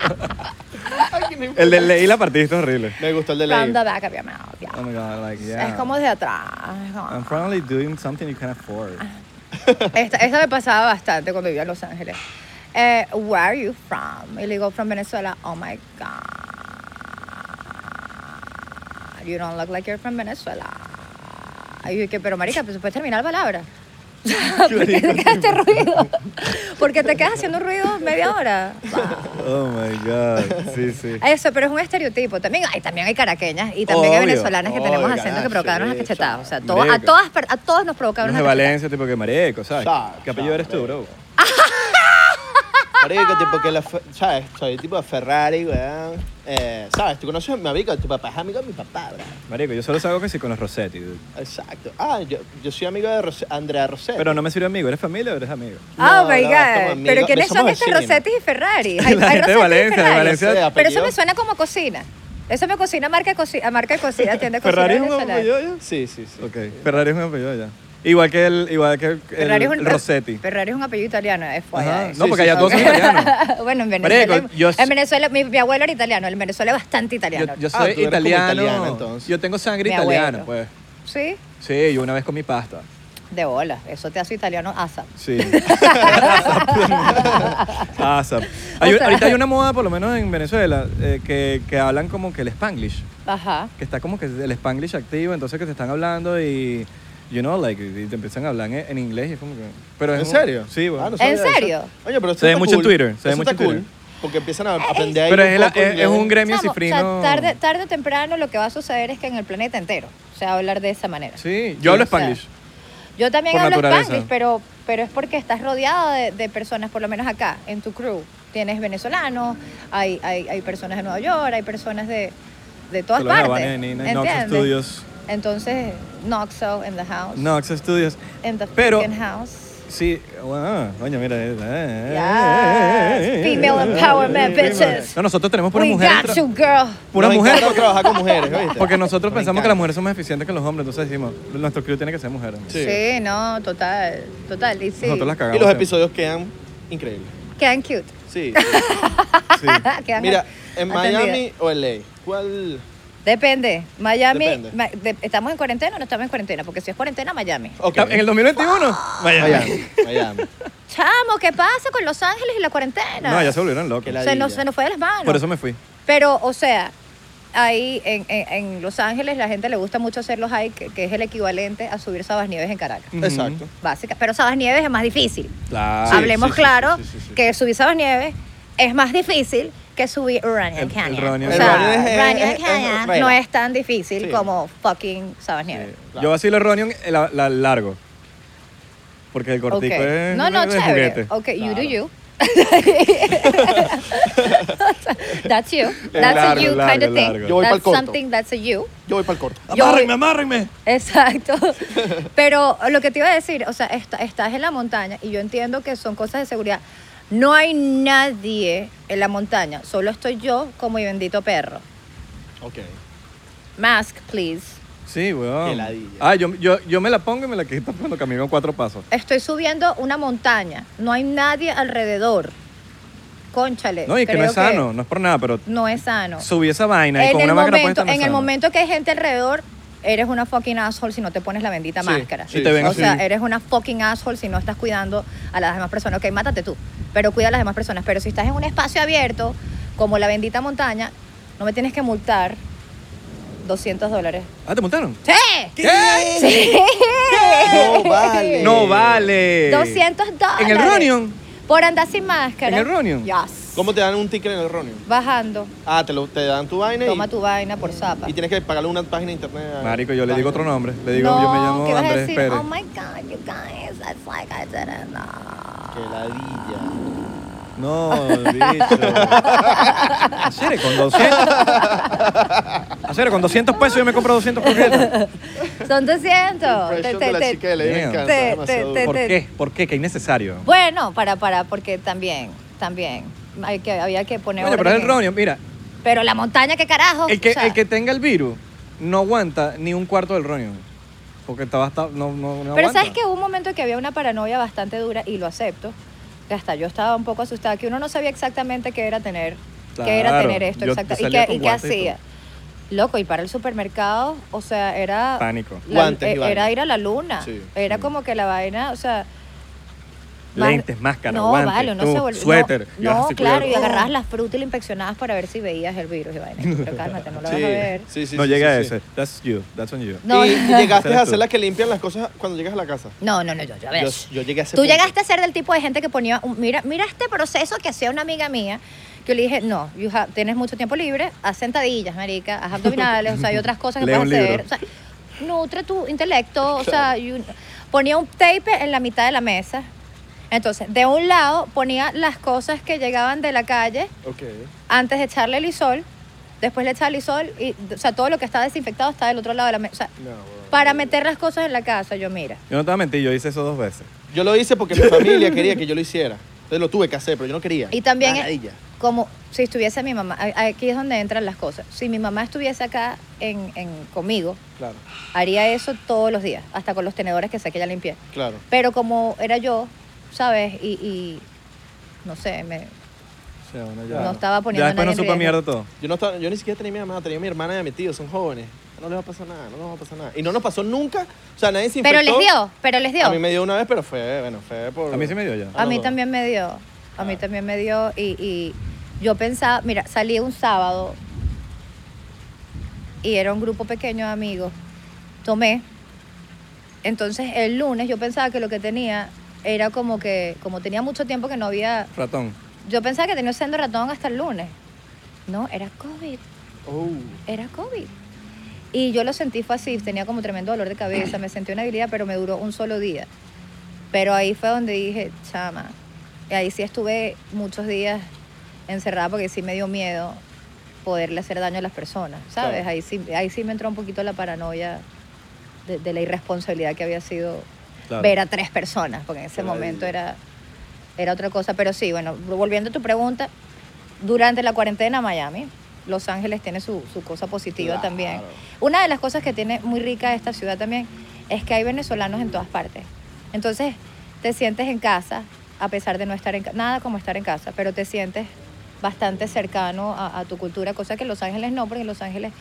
El de ley la partiste horrible.
Me gustó el de
From
Ley.
the back of your mouth, yeah.
Oh my god, like, yeah.
Es como de atrás. es como-
I'm finally doing something you can afford.
Esta, esta me pasaba bastante cuando vivía en Los Ángeles. Eh, where are you from? Y le digo, from Venezuela. Oh my God. You don't look like you're from Venezuela. Y yo, que, pero marica, pues puedes terminar la palabra. ¿Por qué te quedas este ruido? Porque te quedas haciendo ruido media hora.
Oh my god. Sí, sí.
Eso, pero es un estereotipo. También hay, también hay caraqueñas y también hay
Obvio.
venezolanas que tenemos
Oiga,
acentos que provocaron unas
sí,
cachetadas. O sea, todo- a,
marica.
todas, per- a todos nos provocaron
Unos de
unas cachetadas.
Valencia, tipo que mareco, ¿sabes?
Sa-
¿Qué apellido
sa-
eres tú, bro?
Marico, tipo que la... fe- ¿Sabes? Soy tipo de Ferrari, weón. Eh, ¿Sabes? Tú conoces a mi amigo, tu papá es amigo de mi papá, weón.
Marico, yo solo salgo que sí con los Rossetti. dude.
Exacto. Ah, yo, yo soy amigo de Ros- Andrea Rossetti.
Pero no me sirve amigo, ¿eres familia o eres amigo?
Oh
No,
my
no,
God.
somos
Pero
amigos,
¿quiénes son
somos
estos
vecinos.
Rossetti y Ferrari?
La gente de
Rossetti y
Valencia, de
Ferrari.
Valencia.
Pero eso me
Apellido.
suena como a cocina. Eso me cocina marca cocina, marca cocina, tienda cocina
Ferrari es un
venezolana.
apellido ya.
Sí, sí, sí.
Ok, Ferrari es un apellido ya. Igual que el, igual que el,
Ferrari es
el
un
Rossetti.
Ferrari es un apellido italiano, es
Ajá.
fuera.
No, porque
sí,
allá
sí.
todos son italianos.
bueno, en Venezuela.
Marico, yo-
en Venezuela, mi, mi abuelo era italiano, en Venezuela es bastante
Yo,
italiano.
yo
Ah, tú
soy
eres como
italiano.
italiana, entonces.
yo tengo sangre
Mi
italiana,
abuelo.
pues.
Sí,
Sí, yo una vez comí pasta.
de bola. Eso te hace italiano asa.
Sí. ASAP. ASAP. Hay-
O sea-
ahorita hay una moda, por lo menos en Venezuela, eh, que, que hablan como que el spanglish.
Ajá.
Que está como que el spanglish activo, entonces que te están hablando y. You know, like, y te empiezan a hablar en, en inglés y es como que. Pero es
¿En
un-
serio?
Sí, bueno.
Ah, no sabía
¿En
eso.
serio?
Oye, pero
Se ve mucho en Twitter, se ve mucho
mucho
en Twitter.
cool. Porque empiezan a aprender ahí
Pero
un
es, la-
poco
es- es
inglés.
un gremio
Chamo, o sea,
cifrino.
tarde, tarde o temprano lo que va a suceder es que en el planeta entero se va a hablar de esa manera.
Sí,
Sí,
yo hablo
o sea,
spanglish.
Yo también
Por
hablo
naturaleza.
spanglish, pero, pero es porque estás rodeado de, de personas, por lo menos acá, en tu crew. Tienes venezolanos, hay, hay, hay personas de Nueva York, hay personas de, de todas
Te lo graban
partes.
en- en Knox
¿entiendes?
Studios.
Entonces, Knoxo in the house.
Knox Studios.
In the
Pero-
freaking house.
Sí, bueno, coño, mira. eh, eh, eh,
Yes.
eh,
Female
eh,
empowerment,
eh,
bitches.
No, nosotros tenemos puras
We
mujeres.
got
tra-
you, girl.
Puras
Nos
mujeres.
encanta trabajar con mujeres, ¿oíste?
Porque nosotros
Nos
pensamos
encanta.
que las mujeres son más eficientes que los hombres, entonces decimos, nuestro crew tiene que ser mujeres.
Sí.
Sí. no, total, total. Y sí,
Nosotros las cagamos.
Y los
siempre.
episodios quedan increíbles.
quedan cute.
Sí.
Sí.
Quedan
Mira, en
atendidas.
Miami o LA, ¿cuál?
Depende. Miami,
Depende.
ma- de- ¿estamos en cuarentena o no estamos en cuarentena? Porque si es cuarentena, Miami.
Ok.
En el 2021, Miami.
Miami, Miami.
Chamo, ¿qué pasa con Los Ángeles y la cuarentena?
No, ya se volvieron locos.
Que la-
se nos,
ladilla.
se nos fue de las manos.
Por eso me fui.
Pero, o sea, ahí en, en- en Los Ángeles la gente le gusta mucho hacer los hike, que es el equivalente a subir Sabas Nieves en Caracas.
Ujú.
Exacto.
Básica. Pero Sabas Nieves es más difícil.
Claro.
Hablemos
Ah, sí, sí,
claro
sí, sí, sí, sí.
que subir Sabas Nieves es más difícil que subir Uranian
El- el
Canyon.
Runyon.
o
El
sea,
Runyon es-
Runyon
es- es-
Canyon
es-
no es tan difícil
Sí.
como fucking Sabas Nieves.
Yo vacilo Ronion el, la- largo. Porque el cortico eh,
Ok.
es
no, no,
de
chévere.
juguete.
Ok, you do you. that's you. That's
Largo,
a you
largo,
kind of thing.
largo.
Yo voy pa'l
that's
corto.
something that's a you.
Yo voy para el corto.
Yo-
Amárrenme, amárrenme.
Exacto. Pero lo que te iba a decir, o sea, est- estás en la montaña y yo entiendo que son cosas de seguridad. No hay nadie en la montaña, solo estoy yo como mi bendito perro.
Ok.
Mask, please.
Sí, weón.
Qué ladilla.
Ah, yo, yo, yo me la pongo y me la quito cuando camino cuatro pasos.
Estoy subiendo una montaña, no hay nadie alrededor. Conchale.
No, y que no
creo
es sano, no es por nada, pero
No es sano.
subí esa vaina y
en
con
el
una máscara
momento,
puesta
en
no es
el
sano.
momento que hay gente alrededor, eres una fucking asshole si no te pones la bendita
Sí,
máscara.
sí, Y te
ven
o
así.
sea, eres una fucking asshole si no estás cuidando a las demás personas. Ok, mátate tú, pero cuida a las demás personas. Pero si estás en un espacio abierto, como la bendita montaña, no me tienes que multar 200 dólares.
Ah, ¿te montaron?
¡Sí!
¿Qué?
¡Sí!
No vale.
No vale.
200 dólares.
¿En el Ronion?
Por andar sin máscara.
¿En el Ronion?
Yes.
¿Cómo te dan un ticket en el Ronnie?
Bajando.
Ah, te, lo, te dan tu vaina
Toma
y,
tu vaina por zapa.
y tienes que pagarle una página de internet. a-
Marico, yo le digo otro nombre. Le digo,
no,
yo me llamo
¿qué vas a
Andrés
decir?
Pérez.
Oh my God, you guys, that's like I didn't know.
Qué ladilla.
No, bicho. Hacer con 200. Hacer con 200 pesos yo me compro 200 croquetas.
Son 200. Te-
Impresión
te-
de la
te-
chica de la vida me
Damn.
encanta,
Te-
demasiado
te-
¿Por
te-
qué? ¿Por qué? Que innecesario.
Bueno, para, para, porque también, también. Hay que, había que poner
Bueno, pero
orden
es el
en-
Ronio, mira,
Pero la montaña, ¿qué carajo?
el que,
O sea,
el que tenga el virus no aguanta ni un cuarto del Ronio. Porque estaba hasta. No, no, no
pero
aguanta.
sabes que hubo un momento que había una paranoia bastante dura y lo acepto. Que hasta yo estaba un poco asustada, que uno no sabía exactamente qué era tener, qué era
Claro,
tener esto,
yo
exacta- y
salía
qué,
con
y qué
guantes y todo.
hacía. Loco, y para el supermercado, o sea, era
Pánico.
la-
Guantes y
eh,
vaina.
era ir a la luna.
Sí.
Era como que la vaina, o sea. más-
Lentes, máscara,
no,
guantes,
vale, uno
tú,
se volvió-
suéter. Y
No,
vas
no,
así,
claro, y
cuidado.
agarrabas las frutas y las inspeccionabas para ver si veías el virus y vaina. Pero cálmate, no lo vas a ver.
Sí, sí,
no
sí,
llega
sí,
ese. That's you. That's on you.
sí.
No.
Y, y llegaste
Eres
a
tú.
hacer las que limpian las cosas cuando llegas a la casa.
No, no, no, yo, yo, a ver.
Yo, yo llegué a hacer.
Tú llegaste a ser del tipo de gente que ponía, un- mira, mira este proceso que hacía una amiga mía, que yo le dije, no, you have- tienes mucho tiempo libre, haz sentadillas, marica, haz abdominales, o sea, hay otras cosas que
Lee
puedes
un
hacer.
libro.
O sea, nutre tu intelecto, o sea, you- ponía un tape en la mitad de la mesa. Entonces, de un lado ponía las cosas que llegaban de la calle
Ok.
antes de echarle el isol, después le echaba el isol, y, o sea, todo lo que estaba desinfectado estaba del otro lado de la mesa. O sea,
No, bueno.
para meter las cosas en la casa, yo mira.
Yo no te voy a mentir, yo hice eso dos veces.
Yo lo hice porque mi familia quería que yo lo hiciera. Entonces lo tuve que hacer, pero yo no quería.
Y también-
Una ladilla.
como si estuviese mi mamá, a- aquí es donde entran las cosas. Si mi mamá estuviese acá en, en- conmigo,
Claro.
haría eso todos los días, hasta con los tenedores que sé que ya limpié.
Claro.
Pero como era yo, ¿sabes? Y, y no sé, me,
O sea, bueno,
No estaba poniendo
Ya
a
después no
nadie en
supo
riesgo.
mierda todo.
Yo, no estaba, yo ni siquiera tenía a mi mamá, tenía a mi hermana y a mi tío, son jóvenes. No les va a pasar nada, no les va a pasar nada. Y no nos pasó nunca, o sea, nadie se infectó.
Pero les dio, pero les dio.
A mí me dio una vez, pero fue, bueno, fue por...
A mí sí me dio ya.
A
Ah,
mí
no.
también me dio. A mí
Ah.
también me dio. Y, y yo pensaba, mira, salí un sábado y era un grupo pequeño de amigos. Tomé. Entonces el lunes yo pensaba que lo que tenía era como que, como tenía mucho tiempo que no había.
Ratón.
Yo pensaba que tenía siendo ratón hasta el lunes. No, era COVID.
Oh.
Era COVID. Y yo lo sentí fue así, tenía como tremendo dolor de cabeza, me sentí una habilidad, pero me duró un solo día. Pero ahí fue donde dije, chama. Y ahí sí estuve muchos días encerrada porque sí me dio miedo poderle hacer daño a las personas, ¿sabes?
Claro.
Ahí, sí, ahí sí me entró un poquito la paranoia de, de la irresponsabilidad que había sido
Claro.
ver a tres personas, porque en ese
Qué
momento
maravilla.
era, era otra cosa. Pero sí, bueno, volviendo a tu pregunta, durante la cuarentena Miami, Los Ángeles tiene su, su cosa positiva
Claro.
también. Una de las cosas que tiene muy rica esta ciudad también es que hay venezolanos en todas partes. Entonces, te sientes en casa, a pesar de no estar en casa, nada como estar en casa, pero te sientes bastante cercano a, a tu cultura, cosa que en Los Ángeles no, porque en Los Ángeles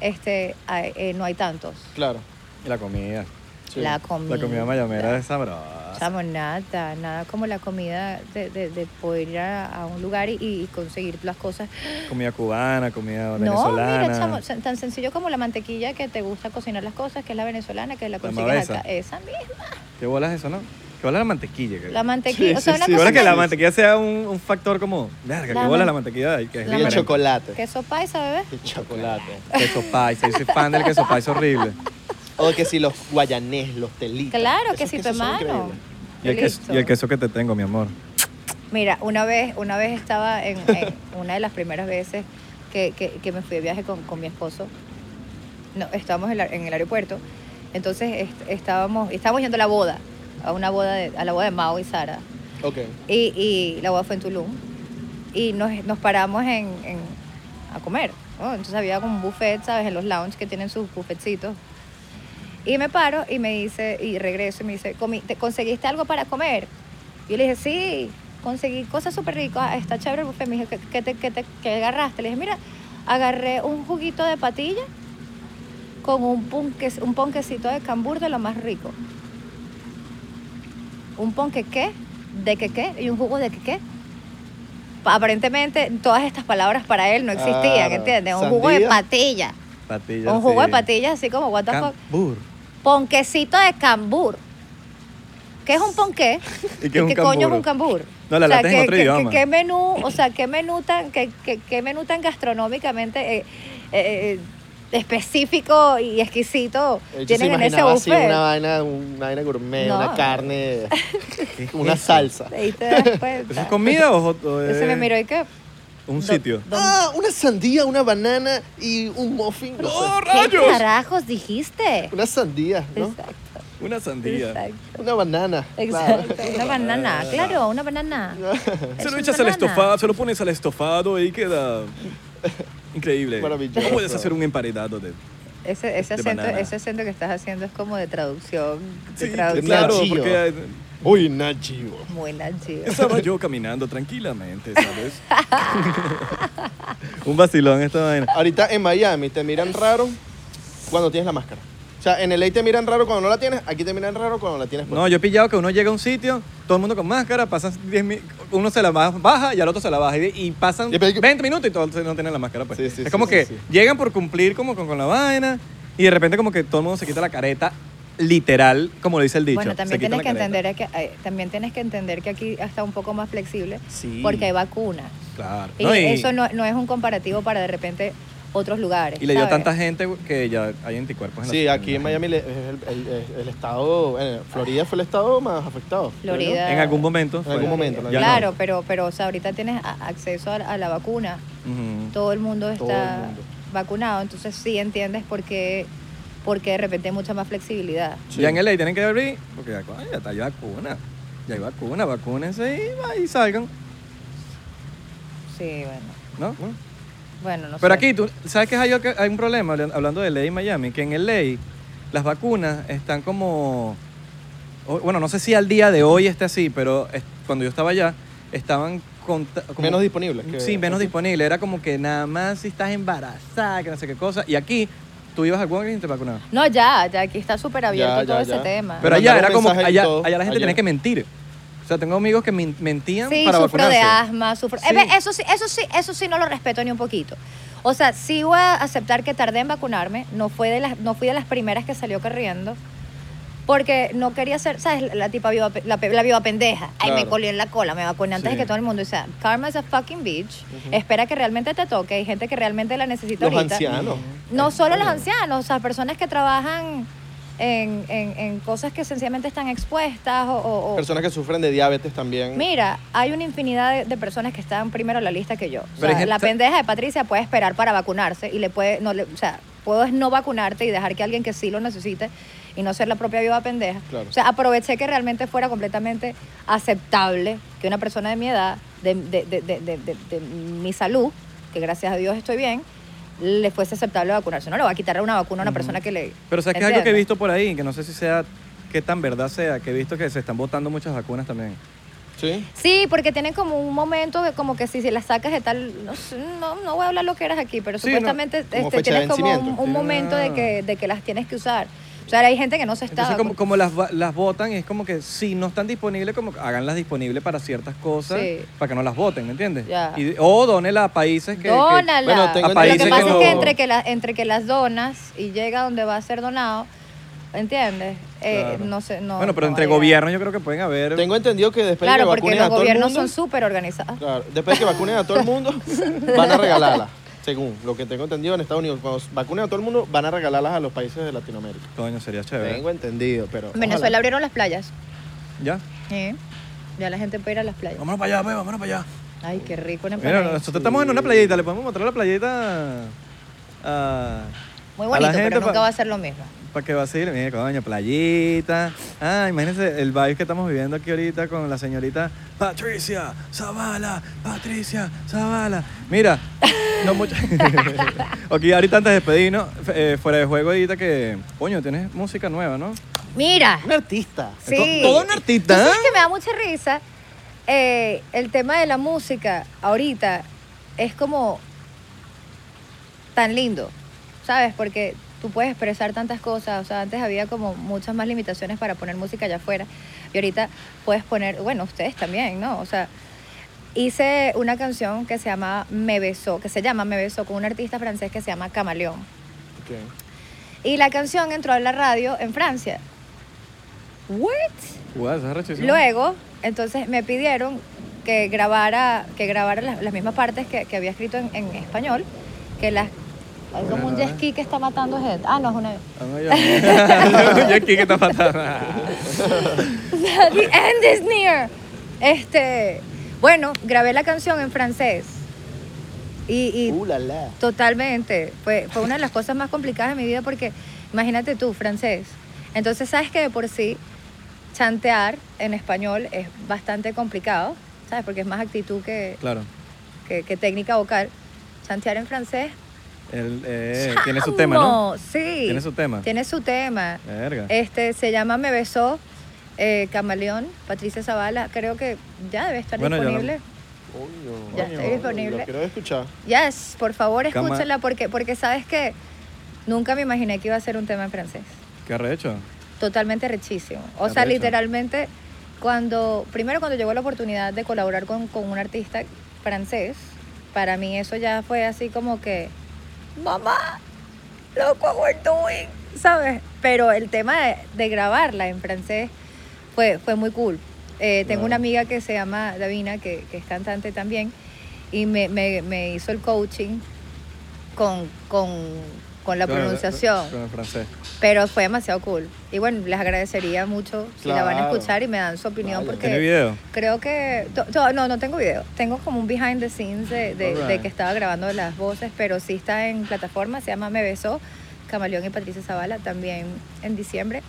este, hay- eh, no hay tantos.
Claro.
Y la comida.
sí.
La
La comida mayamera es sabrosa.
Chamo, nada, nada como la comida de, de- de poder ir a, a un lugar y, y conseguir las cosas.
Comida cubana, comida
No,
venezolana.
mira, chamo, se- tan sencillo como la mantequilla que te gusta cocinar las cosas, que es la venezolana, que la consigues
mabeza.
acá. Esa misma.
¿Qué bolas eso, no? ¿Qué bolas la mantequilla? que-
La mantequilla.
Sí,
o sea,
sí,
una
sí.
cosa
Ahora que
tan-
la mantequilla sea un, un factor como, verga,
La
que bola
man-
la mantequilla de ahí, que es
la
Y el
man-
diferente.
chocolate.
Queso paisa, bebé.
El chocolate.
Queso paisa, yo soy fan del queso paisa horrible.
O que si los guayanés, los telitas.
Claro, que
Esos
si tu
quesos son
hermano.
increíbles.
Y el, queso,
Listo.
y el queso que te tengo, mi amor.
Mira, una vez, una vez estaba en, en una de las primeras veces que, que- que me fui de viaje con, con mi esposo. No, estábamos en, la- en el aeropuerto. Entonces est- estábamos, estábamos yendo a la boda, a una boda de- a la boda de Mao y Sara.
Ok.
Y, y la boda fue en Tulum. Y nos, nos paramos en, en- a comer. ¿no? Entonces había como un buffet, ¿sabes? En los lounge que tienen sus buffetcitos. Y me paro y me dice, y regreso y me dice, "Comi- ¿te conseguiste algo para comer? Y yo le dije, sí, conseguí cosas súper ricas, ah, está chévere el buffet. Me dijo, ¿qué, qué te, qué te- qué agarraste? Le dije, mira, agarré un juguito de patilla con un, ponque, un ponquecito de cambur de lo más rico. Un ponque qué, de que qué y un jugo de que qué. Pa- Aparentemente todas estas palabras para él no existían,
Claro.
¿entiendes? Un jugo de
Sandía.
patilla.
Patilla.
Un jugo de
sí.
patillas así como what the fuck.
Cambur.
Ponquecito de cambur. ¿Qué es un ponqué?
¿Y qué es un
coño es
cambur?
un cambur?
No, la
o sea,
lata es en
¿qué-
otro
qué-
idioma.
qué- qué menú, o sea, qué menú tan, qué, qué- qué menú tan gastronómicamente eh, eh, específico y exquisito
Yo se
tienen en ese
imaginaba así
buffet?
una vaina, una vaina gourmet,
No.
una carne,
¿Qué es
una
eso?
salsa.
Ahí te das cuenta.
¿Eso es comida o, hot- o
Yo se me
es
miró y qué.
un
¿Dó-
sitio?
dónde-
Ah, una sandía, una banana y un muffin. no sé.
¡Oh,
¿Qué carajos dijiste?
Una sandía, ¿no?
Exacto,
Una sandía.
exacto.
Una banana. claro.
Exacto, una banana, claro, una banana. Es
Se lo
una
echas al
banana.
estofado, se lo pones al estofado y queda increíble.
Maravilloso.
¿Cómo puedes hacer un emparedado de
Ese, ese,
De
acento,
banana.
ese acento que estás haciendo es como de traducción. De
Sí,
traducción.
claro,
Nachillo.
porque
Uy, Nachivo.
Buena, chido.
estaba yo caminando tranquilamente, ¿sabes? un vacilón esta vaina.
Ahorita en Miami te miran raro cuando tienes la máscara. O sea, en LA te miran raro cuando no la tienes, aquí te miran raro cuando la tienes. puesta.
No, yo he pillado que uno llega a un sitio, todo el mundo con máscara, pasan 10 mi- uno se la ba- baja y al otro se la baja y, y pasan
Y pero es que-
20 minutos y todos no tienen la máscara. Pues.
Sí, sí,
es
sí,
como
sí,
que
sí.
llegan por cumplir como con, con la vaina y de repente como que todo el mundo se quita la careta, literal, como lo dice el dicho.
Bueno, también
se quita
tienes, que
la careta.
entender es que, eh, también tienes que entender que aquí está un poco más flexible
Sí.
porque hay vacunas.
Claro.
Y,
No, y-
eso no, no es un comparativo para de repente otros lugares.
Y le dio a
¿sabes?
tanta gente que ya hay anticuerpos en la
Sí,
la
aquí en
gente.
Miami le- es el, el- el- el estado, bueno, Florida fue el estado más afectado. creo yo.
Florida.
En algún momento. fue.
algún momento, en
Ya no.
Claro, pero, pero o sea, ahorita tienes a- acceso a, a la vacuna.
Ujú.
Todo el mundo está
Todo el mundo.
vacunado, entonces sí entiendes por qué, por qué de repente hay mucha más flexibilidad.
Sí.
Ya en LA tienen que abrir, porque ya, ay, ya está, hay vacuna. Ya hay vacuna, vacúnense y, va- y salgan.
Sí, bueno.
¿no?
Bueno, no
Pero
sé.
aquí, tú, ¿sabes que hay, algo que- hay un problema hablan- hablando de ley Miami? Que en el ley las vacunas están como. o- Bueno, no sé si al día de hoy esté así, pero es- cuando yo estaba allá, estaban. conta- como-
Menos disponibles que-
Sí, menos
Ujú.
disponibles. Era como que nada más si estás embarazada, que no sé qué cosa. Y aquí, tú ibas al Walgreens y te vacunaban.
No, ya, ya aquí está súper abierto
Ya, ya,
todo
ya.
ese tema.
Pero
Me
allá
mandaron
era como.
mensajes y
Allá,
todo.
allá la gente
Allá.
tenía que mentir. O sea, tengo amigos que min- mentían
Sí,
para
sufro
vacunarse.
de asma, sufro. Eh,
Sí.
ve, Eso sí, eso sí, eso sí no lo respeto ni un poquito. O sea, sí voy a aceptar que tardé en vacunarme. No fue de las, no fui de las primeras que salió corriendo. Porque no quería ser, ¿sabes? La- La tipa viva, pe- la, pe- la viva pendeja. Ay, me
Claro.
colió en la cola, me vacuné antes
Sí.
de que todo el mundo. O sea, karma is a fucking bitch. Espera que realmente te toque. Hay gente que realmente la necesita
Los
ahorita.
ancianos.
No solo los ancianos, o sea, personas que trabajan en, en- en cosas que sencillamente están expuestas o- o- o
Personas que sufren de diabetes también.
Mira, hay una infinidad de, de personas que están primero en la lista que yo. O
Pero
sea,
hay gente-
La pendeja de Patricia puede esperar para vacunarse y le puede, no le- o sea, puedes no vacunarte y dejar que alguien que sí lo necesite y no ser la propia viva pendeja.
Claro.
O sea, aproveché que realmente fuera completamente aceptable que una persona de mi edad, de, de- de- de- de- de- de mi salud, que gracias a Dios estoy bien, le fuese aceptable vacunarse. No le va a quitar una vacuna a una persona que le...
Pero sabes que es algo que he
¿entiendes?
visto por ahí, que no sé si sea qué tan verdad sea, que he visto que se están votando muchas vacunas también.
Sí.
Sí, porque tienen como un momento de como que si, si las sacas de tal, no, sé, no, no voy a hablar lo que eras aquí, pero
Sí, no,
supuestamente
como
este,
fecha de
tienes como un,
vencimiento.
un momento de que, de que las tienes que usar. O sea, hay gente que no se está...
Entonces, como,
vacu-
como las, va- las votan, es como que si no están disponibles, como que háganlas disponibles para ciertas cosas,
Sí.
para que no las voten, ¿me entiendes?
Ya.
Y- o dónela a países que... que-
Dónala.
bueno, tengo
lo que pasa
a países
es
que
que
no-
entre que, la- entre que las donas y llega donde va a ser donado, ¿entiendes? Eh,
Claro.
No sé, no...
bueno, pero
no
entre
va a llegar.
gobiernos yo creo que pueden haber...
Tengo entendido que después de
Claro,
que
porque
vacunen
los
a todo el
gobiernos
mundo,
son súper organizados.
claro, después de que vacunen a todo el mundo, van a regalarlas. Según lo que tengo entendido en Estados Unidos, cuando vacunen a todo el mundo, van a regalarlas a los países de Latinoamérica.
Coño, sería chévere.
Tengo entendido, pero.
En Venezuela
ojalá.
abrieron las playas.
¿Ya?
Sí. Ya la gente puede ir a las playas.
Vámonos para allá, pues, vámonos para allá.
Ay, qué rico una
Mira,
empanada.
nosotros estamos en una playita, le podemos mostrar la playita a...
Muy
a la
bonito,
gente
pero
pa-
nunca va a ser lo mismo.
Para que vacile, mire, coño, playita. Ah, imagínense el vibe que estamos viviendo aquí ahorita con la señorita Patricia Zavala, Patricia Zavala. Mira, no mucho. ok, ahorita antes de despedirnos, f- eh, fuera de juego, ahorita que. Coño, tienes música nueva, ¿no?
Mira.
Un artista.
Sí.
Todo un artista,
¿Tú sabes
¿eh?
que me da mucha risa? Eh, el tema de la música ahorita es como tan lindo, ¿sabes? Porque tú puedes expresar tantas cosas. O sea, antes había como muchas más limitaciones para poner música allá afuera. Y ahorita puedes poner, bueno, ustedes también, ¿no? O sea, hice una canción que se llama Me Besó, que se llama Me Besó, con un artista francés que se llama Camaleón.
Ok.
Y la canción entró a la radio en Francia. What?
Guau, esa es rechísima.
Luego, entonces me pidieron que grabara, que grabara las, las mismas partes que, que había escrito en, en español, que las hay como un jet ski que está matando gente. Ah, no, es una.
Ah, no, ya. Ya aquí que está fatal.
The end is near. Este, bueno, grabé la canción en francés. Y, y
Uh, la, la.
Totalmente. Fue, fue una de las cosas más complicadas de mi vida porque, imagínate tú, francés. Entonces, sabes que de por sí chantear en español es bastante complicado, ¿sabes? Porque es más actitud que,
Claro.
que, que técnica vocal. Chantear en francés.
Él, eh, tiene su tema, ¿no?
¡chamo! Sí.
Tiene su tema.
Tiene su tema.
Verga.
Este, se llama Me Besó, eh, Camaleón, Patricia Zavala. Creo que ya debe estar
Bueno, ya lo-
disponible.
Coño,
Ya
coño,
está disponible.
Lo quiero escuchar.
Yes, por favor
Cama-
escúchala porque, porque sabes que nunca me imaginé que iba a ser un tema en francés.
¿Qué arrecho?
Totalmente rechísimo. O
Qué
sea,
arrecho.
literalmente, cuando, primero cuando llegó la oportunidad de colaborar con, con un artista francés, para mí eso ya fue así como que, mamá, loco, we're doing, ¿sabes? Pero el tema de, de grabarla en francés fue, fue muy cool. Eh, tengo
Claro.
una amiga que se llama Davina, que, que es cantante también, y me, me- me hizo el coaching con, con- con la
Claro,
pronunciación.
Con el francés.
Pero fue demasiado cool. Y bueno, les agradecería mucho si la van a
Claro.
escuchar y me dan su opinión
Vale.
¿Tiene
porque
video?
creo que... to- to- no, no tengo video. Tengo como un behind the scenes de, de-
Alright.
de que estaba grabando las voces, pero sí está en plataforma. Se llama Me Besó, Camaleón y Patricia Zavala. También en diciembre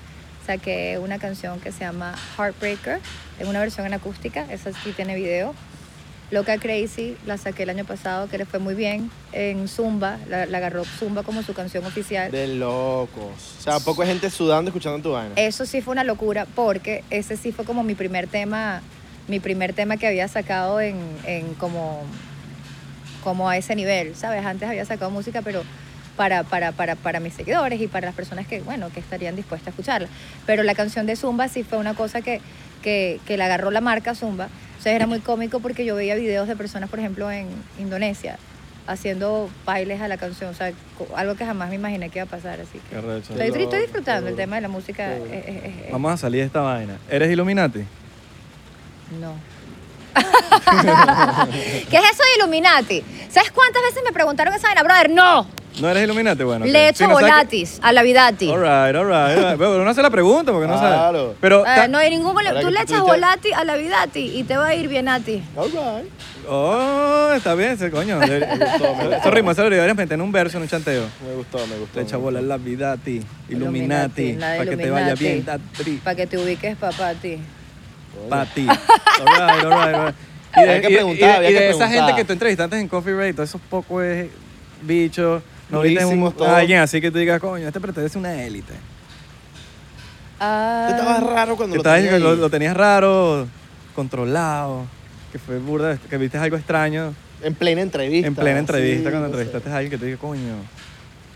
saqué una canción que se llama Heartbreaker. en una versión en acústica. Esa sí tiene video. Loca Crazy, la saqué el año pasado, que le fue muy bien en Zumba, la, la agarró Zumba como su canción oficial.
De locos. O sea, poco hay gente sudando escuchando tu vaina.
Eso sí fue una locura porque ese sí fue como mi primer tema, mi primer tema que había sacado en, en como, como a ese nivel, ¿sabes? Antes había sacado música, pero para, para, para, para mis seguidores y para las personas que, bueno, que estarían dispuestas a escucharla. Pero la canción de Zumba sí fue una cosa que, que, que la agarró la marca Zumba. Entonces era muy cómico porque yo veía videos de personas, por ejemplo, en Indonesia haciendo bailes a la canción, o sea, co- algo que jamás me imaginé que iba a pasar, así que...
Qué arrecho.
Estoy, estoy
loco,
disfrutando
qué
el
duro.
tema de la música.
Qué duro.
eh, eh, eh, eh,
Vamos a salir de esta vaina. ¿Eres Illuminati?
No. ¿Qué es eso de Illuminati? ¿Sabes cuántas veces me preguntaron esa vaina? Brother, no.
¿No eres Illuminati? Bueno. ok.
Le echo
Sí, no sabes que-
volatis a la vidati.
All right, all right, all right. Pero no hace la pregunta porque no sabe.
Claro.
Pero
Ah,
ta-
no hay ningún
Ahora
volatis. Tú
que
le
tú
echas
tuviste-
volatis a la vidati y te va a ir bien a ti.
All right.
Oh, está bien, ese coño.
gustó, me gustó.
Eso rimos, eso lo deberías meter en un verso, en un chanteo.
Me gustó, me gustó.
Te echa a volar la vida a ti,
Illuminati,
Illuminati,
la de
para que te vaya
Illuminati.
bien, da tri,
Para que te ubiques, papá, a ti.
pa' ti. All right, all right, all right. Y de,
Había que
y de-
preguntar,
y de-
había
y
que
de esa
preguntar.
gente que tú entrevistaste en Coffee Break, todos esos pocos eh, bichos, no viste
Durísimos
un,
todos.
a alguien así que tú digas, coño, este pertenece a una élite.
Ah,
Tú estabas raro cuando
Que
lo
estabas-
tenía
lo,
ahí.
lo tenías raro, controlado, que fue burda, que viste algo extraño
En plena entrevista.
en plena entrevista,
sí,
cuando
no sé.
entrevistaste a alguien que te diga, coño,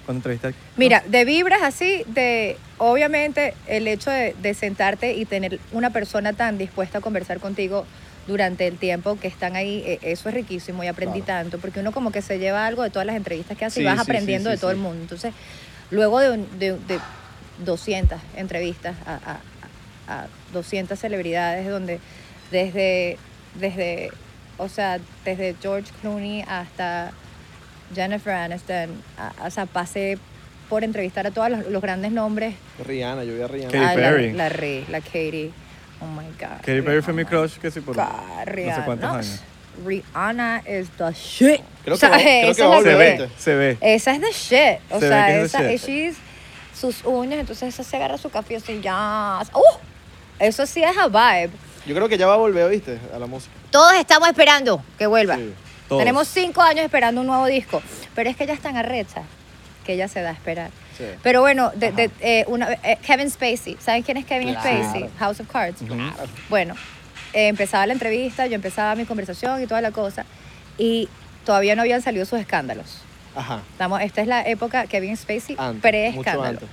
cuando entrevistaste...
Mira, de vibras así, de obviamente el hecho de, de sentarte y tener una persona tan dispuesta a conversar contigo durante el tiempo que están ahí, eh, eso es riquísimo y aprendí tanto, porque uno como que se lleva algo de todas las entrevistas que hace y
Sí,
vas
sí, sí,
aprendiendo
sí,
de todo
sí.
el mundo. Entonces, luego de, un- de- de 200 entrevistas a, a- a 200 celebridades, donde desde, desde, o sea, desde George Clooney hasta Jennifer Aniston, a- o sea, pasé por entrevistar a todos los, los grandes nombres.
Rihanna, yo vi a Rihanna.
Katy
Ay, la-
Perry.
La, Ri- la Katy. Oh my God.
Katy Perry fue mi
Rihanna.
crush, que sí, por
God,
no sé
Rihanna.
cuántos años.
Rihanna is the shit.
Creo
O sea,
que va- creo
esa
que va a
es la
Se
volver.
que-
ve, se ve.
Esa es the shit. O
Se ve
sea,
que es the
esa,
shit.
she's- sus uñas, entonces esa se agarra su café así, ya. ¡Uh! Eso sí es a vibe.
Yo creo que ya va a volver, ¿viste? A la música.
Todos estamos esperando que vuelva.
Sí.
Todos.
Tenemos cinco años esperando un nuevo disco. Pero es que ella es tan arrecha que ella se da a esperar.
Sí.
Pero bueno, de, de- eh, una, eh, Kevin Spacey. ¿Saben quién es Kevin
Claro.
Spacey? House of Cards. Bueno, eh, empezaba la entrevista, yo empezaba mi conversación y toda la cosa. Y todavía no habían salido sus escándalos.
Ajá.
Estamos, esta es la época Kevin Spacey
Antes, mucho
pre-escándalo.
antes.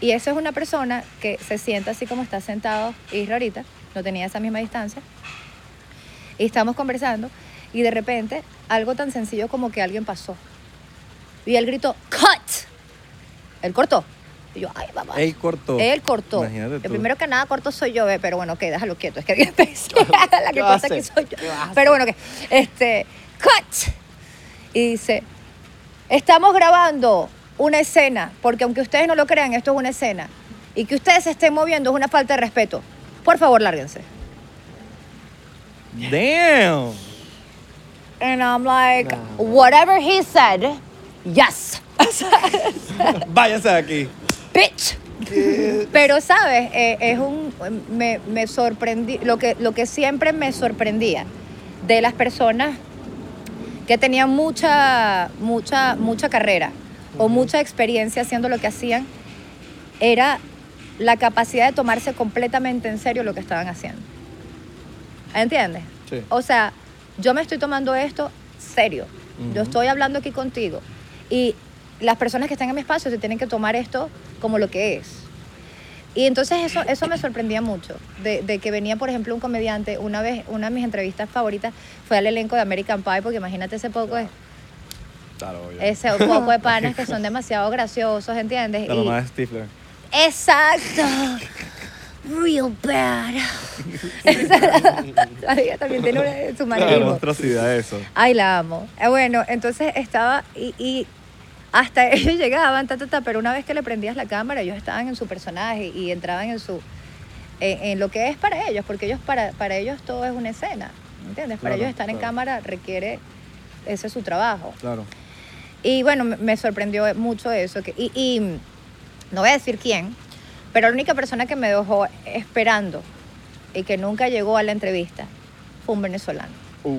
Y eso es una persona que se sienta así como está sentado Isra ahorita, no tenía esa misma distancia. Y estamos conversando y de repente algo tan sencillo como que alguien pasó. Y él gritó, cut. Él cortó. Y yo, ay, mamá.
Él cortó.
Él cortó.
Imagínate
El
tú.
primero que nada corto soy yo, ve, pero bueno, ok, déjalo quieto. Es que bien pensé, la que
¿Qué
corta
vas a
aquí
hacer?
soy yo. Pero bueno, que este, cut. Y dice, estamos grabando una escena, porque aunque ustedes no lo crean, esto es una escena. Y que ustedes se estén moviendo es una falta de respeto. Por favor, lárguense.
Damn.
And I'm like, whatever he said, yes.
Váyase de aquí.
bitch. Pero, ¿sabes? Eh, es un, me, me sorprendí, lo que, lo que siempre me sorprendía de las personas que tenían mucha, mucha, mucha carrera o mucha experiencia haciendo lo que hacían, era la capacidad de tomarse completamente en serio lo que estaban haciendo. ¿Entiendes?
Sí.
O sea, yo me estoy tomando esto serio. Yo estoy hablando aquí contigo. Y las personas que están en mi espacio se tienen que tomar esto como lo que es. Y entonces eso, eso me sorprendía mucho, de, de que venía, por ejemplo, un comediante, una vez, una de mis entrevistas favoritas fue al elenco de American Pie, porque imagínate ese poco, de-
Claro, obvio.
ese poco de panas que son demasiado graciosos, ¿entiendes?
La
Y-
mamá de Stifler.
Exacto. Real bad. Ella también tiene una- su
Claro, una
manerismo.
atrocidad eso.
Ay, la amo. Eh, Bueno, entonces estaba y, y hasta ellos llegaban, ta, ta, ta, pero una vez que le prendías la cámara, ellos estaban en su personaje y entraban en su en, en lo que es para ellos, porque ellos para, para ellos todo es una escena, ¿entiendes? Para
Claro,
ellos estar en
claro.
cámara requiere ese es su trabajo.
Claro.
Y bueno, me- me sorprendió mucho eso. Que, y, y no voy a decir quién, pero la única persona que me dejó esperando y que nunca llegó a la entrevista fue un venezolano.
Uh,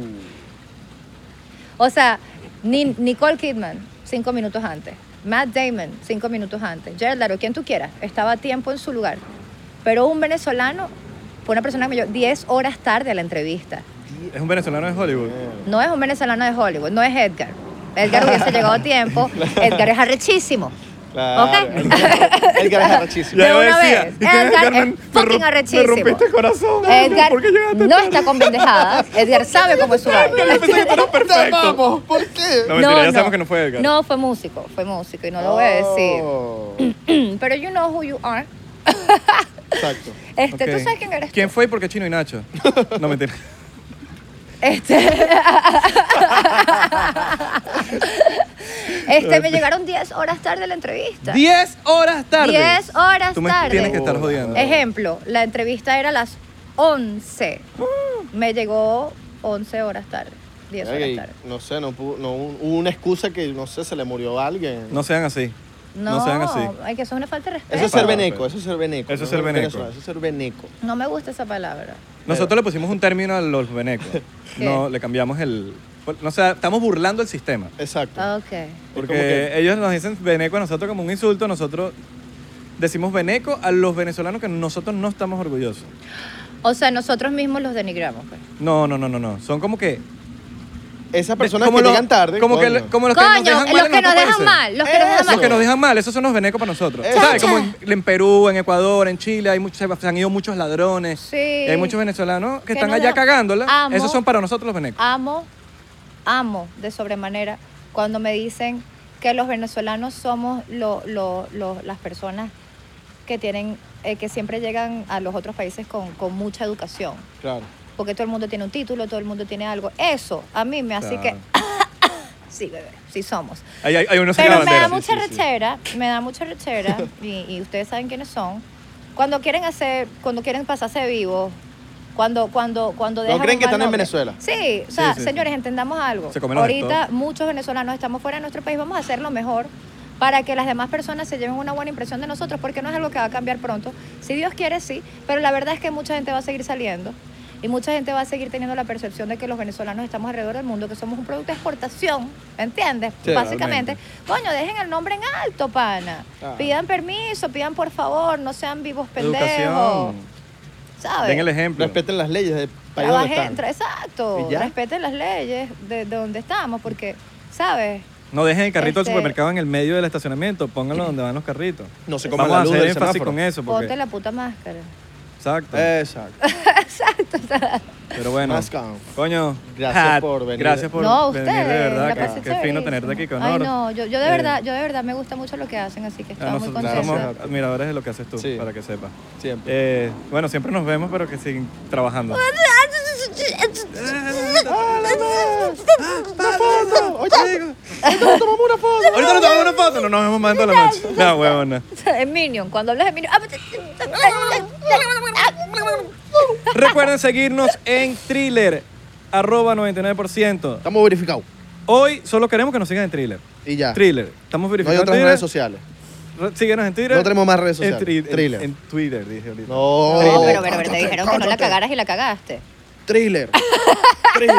O sea, ni- Nicole Kidman, cinco minutos antes. Matt Damon, cinco minutos antes. Jared Leto, quien tú quieras, estaba a tiempo en su lugar. Pero un venezolano fue una persona que me llegó 10 horas tarde a la entrevista.
Es un venezolano de Hollywood.
No es un venezolano de Hollywood, no es Edgar. Edgar hubiese llegado a tiempo. Edgar es arrechísimo.
claro.
Ok.
Edgar es arrachísimo.
De
yo
una
decía,
vez.
¿y qué,
Edgar
Carmen?
es
Me
fucking
rom- me
arrechísimo.
rompiste el corazón, Edgar,
Edgar
¿por qué llegaste
no está con pendejadas. Edgar sabe cómo es su vaina.
Yo pensé que tú eras perfecto.
Vamos, ¿por qué?
No, mentira, ya sabemos que no fue Edgar. Oh.
No, fue músico, fue músico y no lo voy a
decir.
decir. Pero you know who you are.
Exacto.
Este,
Ok.
¿Tú sabes quién eres?
¿Quién fue y por qué Chino y Nacho? No, mentira.
Este. este, me llegaron 10 horas tarde a la entrevista.
10 horas tarde.
10 horas
Tú me
tarde.
tienes que estar jodiendo.
Ejemplo, la entrevista era a las 11.
Ah.
Me llegó 11 horas tarde. 10
Ok,
horas tarde.
No sé, no, pudo- no, un- hubo una excusa que, no sé, se le murió a alguien.
No sean así. No,
No,
sean así.
Ay, que eso es una falta de respeto.
Eso es ser
Para,
veneco,
pues.
eso es ser veneco.
Eso es
¿no?
ser veneco.
Eso es ser veneco.
No me gusta esa palabra.
Nosotros le pusimos un término a los venecos.
¿Qué?
No, le cambiamos el... No, o sea, estamos burlando el sistema.
Exacto.
Ah, Ok.
Porque
como que-
ellos nos dicen veneco a nosotros como un insulto, nosotros decimos veneco a los venezolanos que nosotros no estamos orgullosos.
O sea, nosotros mismos los denigramos. pues.
No, no, no, no, no. Son como que...
Esas personas
como
que
los-
llegan tarde.
Como,
coño.
Que, como los que
Coño,
nos dejan mal.
los
en
que nos
otros
dejan
países.
mal, los que nos dejan
Eso.
mal.
Los que nos dejan mal, esos son los venecos para nosotros.
Eso.
¿Sabes? Como en, en Perú, en Ecuador, en Chile, hay muchos, se han ido muchos ladrones.
Sí.
Y hay muchos venezolanos que,
Que
están
nos
allá
dejan-
cagándola.
Amo.
Esos son para nosotros los venecos.
Amo, amo de sobremanera cuando me dicen que los venezolanos somos lo- lo- lo- las personas que tienen, eh, que siempre llegan a los otros países con, con mucha educación.
Claro.
Porque todo el mundo tiene un título, todo el mundo tiene algo. Eso a mí me hace
Claro.
que. sí, bebé, sí somos.
Ahí hay, hay unos sin la
Pero me da
bandera.
mucha
sí, sí.
rechera, me da mucha rechera, y, y ustedes saben quiénes son. Cuando quieren hacer, cuando quieren pasarse de vivo, cuando, cuando, cuando
No
dejan
creen
un
que
mal
están en
nombre.
Venezuela.
Sí, o sea,
Sí, sí,
señores,
sí.
entendamos algo.
Se comen los
Ahorita
stocks.
muchos venezolanos estamos fuera de nuestro país, vamos a hacer lo mejor para que las demás personas se lleven una buena impresión de nosotros, porque no es algo que va a cambiar pronto. Si Dios quiere, sí, pero la verdad es que mucha gente va a seguir saliendo. Y mucha gente va a seguir teniendo la percepción de que los venezolanos estamos alrededor del mundo, que somos un producto de exportación, ¿entiendes?
Sí,
Básicamente. Coño, dejen el nombre en alto, pana.
Claro.
Pidan permiso, pidan por favor, no sean vivos pendejos.
Educación.
¿Sabes?
Den el ejemplo.
Respeten las leyes del país donde
Trabajen-
están.
tra- exacto.
¿Y ya?
Respeten las leyes de, de donde estamos, porque, ¿sabes?
No dejen el carrito
Este-
del supermercado en el medio del estacionamiento. Pónganlo donde van los carritos.
No se coman
Vamos
la
a
luz
hacer
del
énfasis
semáforo.
con eso. Porque,
Ponte la puta máscara.
Exacto.
Exacto.
Pero bueno.
Más calm.
Coño.
Gracias por venir.
Gracias por
no,
venir,
ustedes.
de
la pasé
verdad. Qué, qué fino
chéverísimo.
tenerte aquí, con
Ay,
honor.
no, yo, yo de
Eh,
verdad, yo de verdad me gusta mucho lo que hacen, así que
a
estaba muy
Nosotros
contenta.
somos
Gracias.
admiradores de lo que haces tú,
Sí.
para que sepas.
Siempre.
Eh, bueno, siempre nos vemos, pero que siguen trabajando. ¡Ah!
Oye, ahorita nos tomamos una foto.
Ahorita nos tomamos una foto, no nos vemos más en toda la noche. No, huevona.
Es Minion, cuando hablas de Minion. Ah, pues,
Recuerden seguirnos en thriller, arroba 99%.
Estamos verificados.
Hoy solo queremos que nos sigan en thriller.
Y ya.
Thriller. Estamos
No hay
verificando
otras
Thriller.
redes sociales.
Re- Síguenos en Twitter.
No tenemos más redes sociales.
En, tri- en-
Thriller.
en Twitter, dije ahorita.
No.
No, pero, pero, pero te dijeron que no la cagaras y la cagaste.
Thriller. Thriller.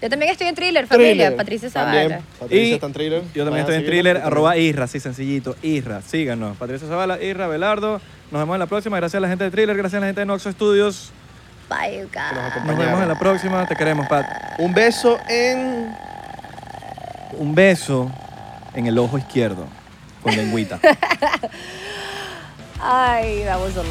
Yo también estoy en thriller, familia.
Thriller.
Patricia Zavala.
También. Patricia
Y
está en Thriller.
Yo
Vayan a
también estoy en
seguirla.
thriller, arroba Isra, así sencillito, Isra, síganos. Patricia Zavala, Isra, Belardo, nos vemos en la próxima. Gracias a la gente de thriller, gracias a la gente de Noxo Studios.
Bye, you guys.
Nos vemos en la próxima, te queremos, Pat.
Un beso en...
Un beso en el ojo izquierdo, con lengüita.
Ay, that was a lie.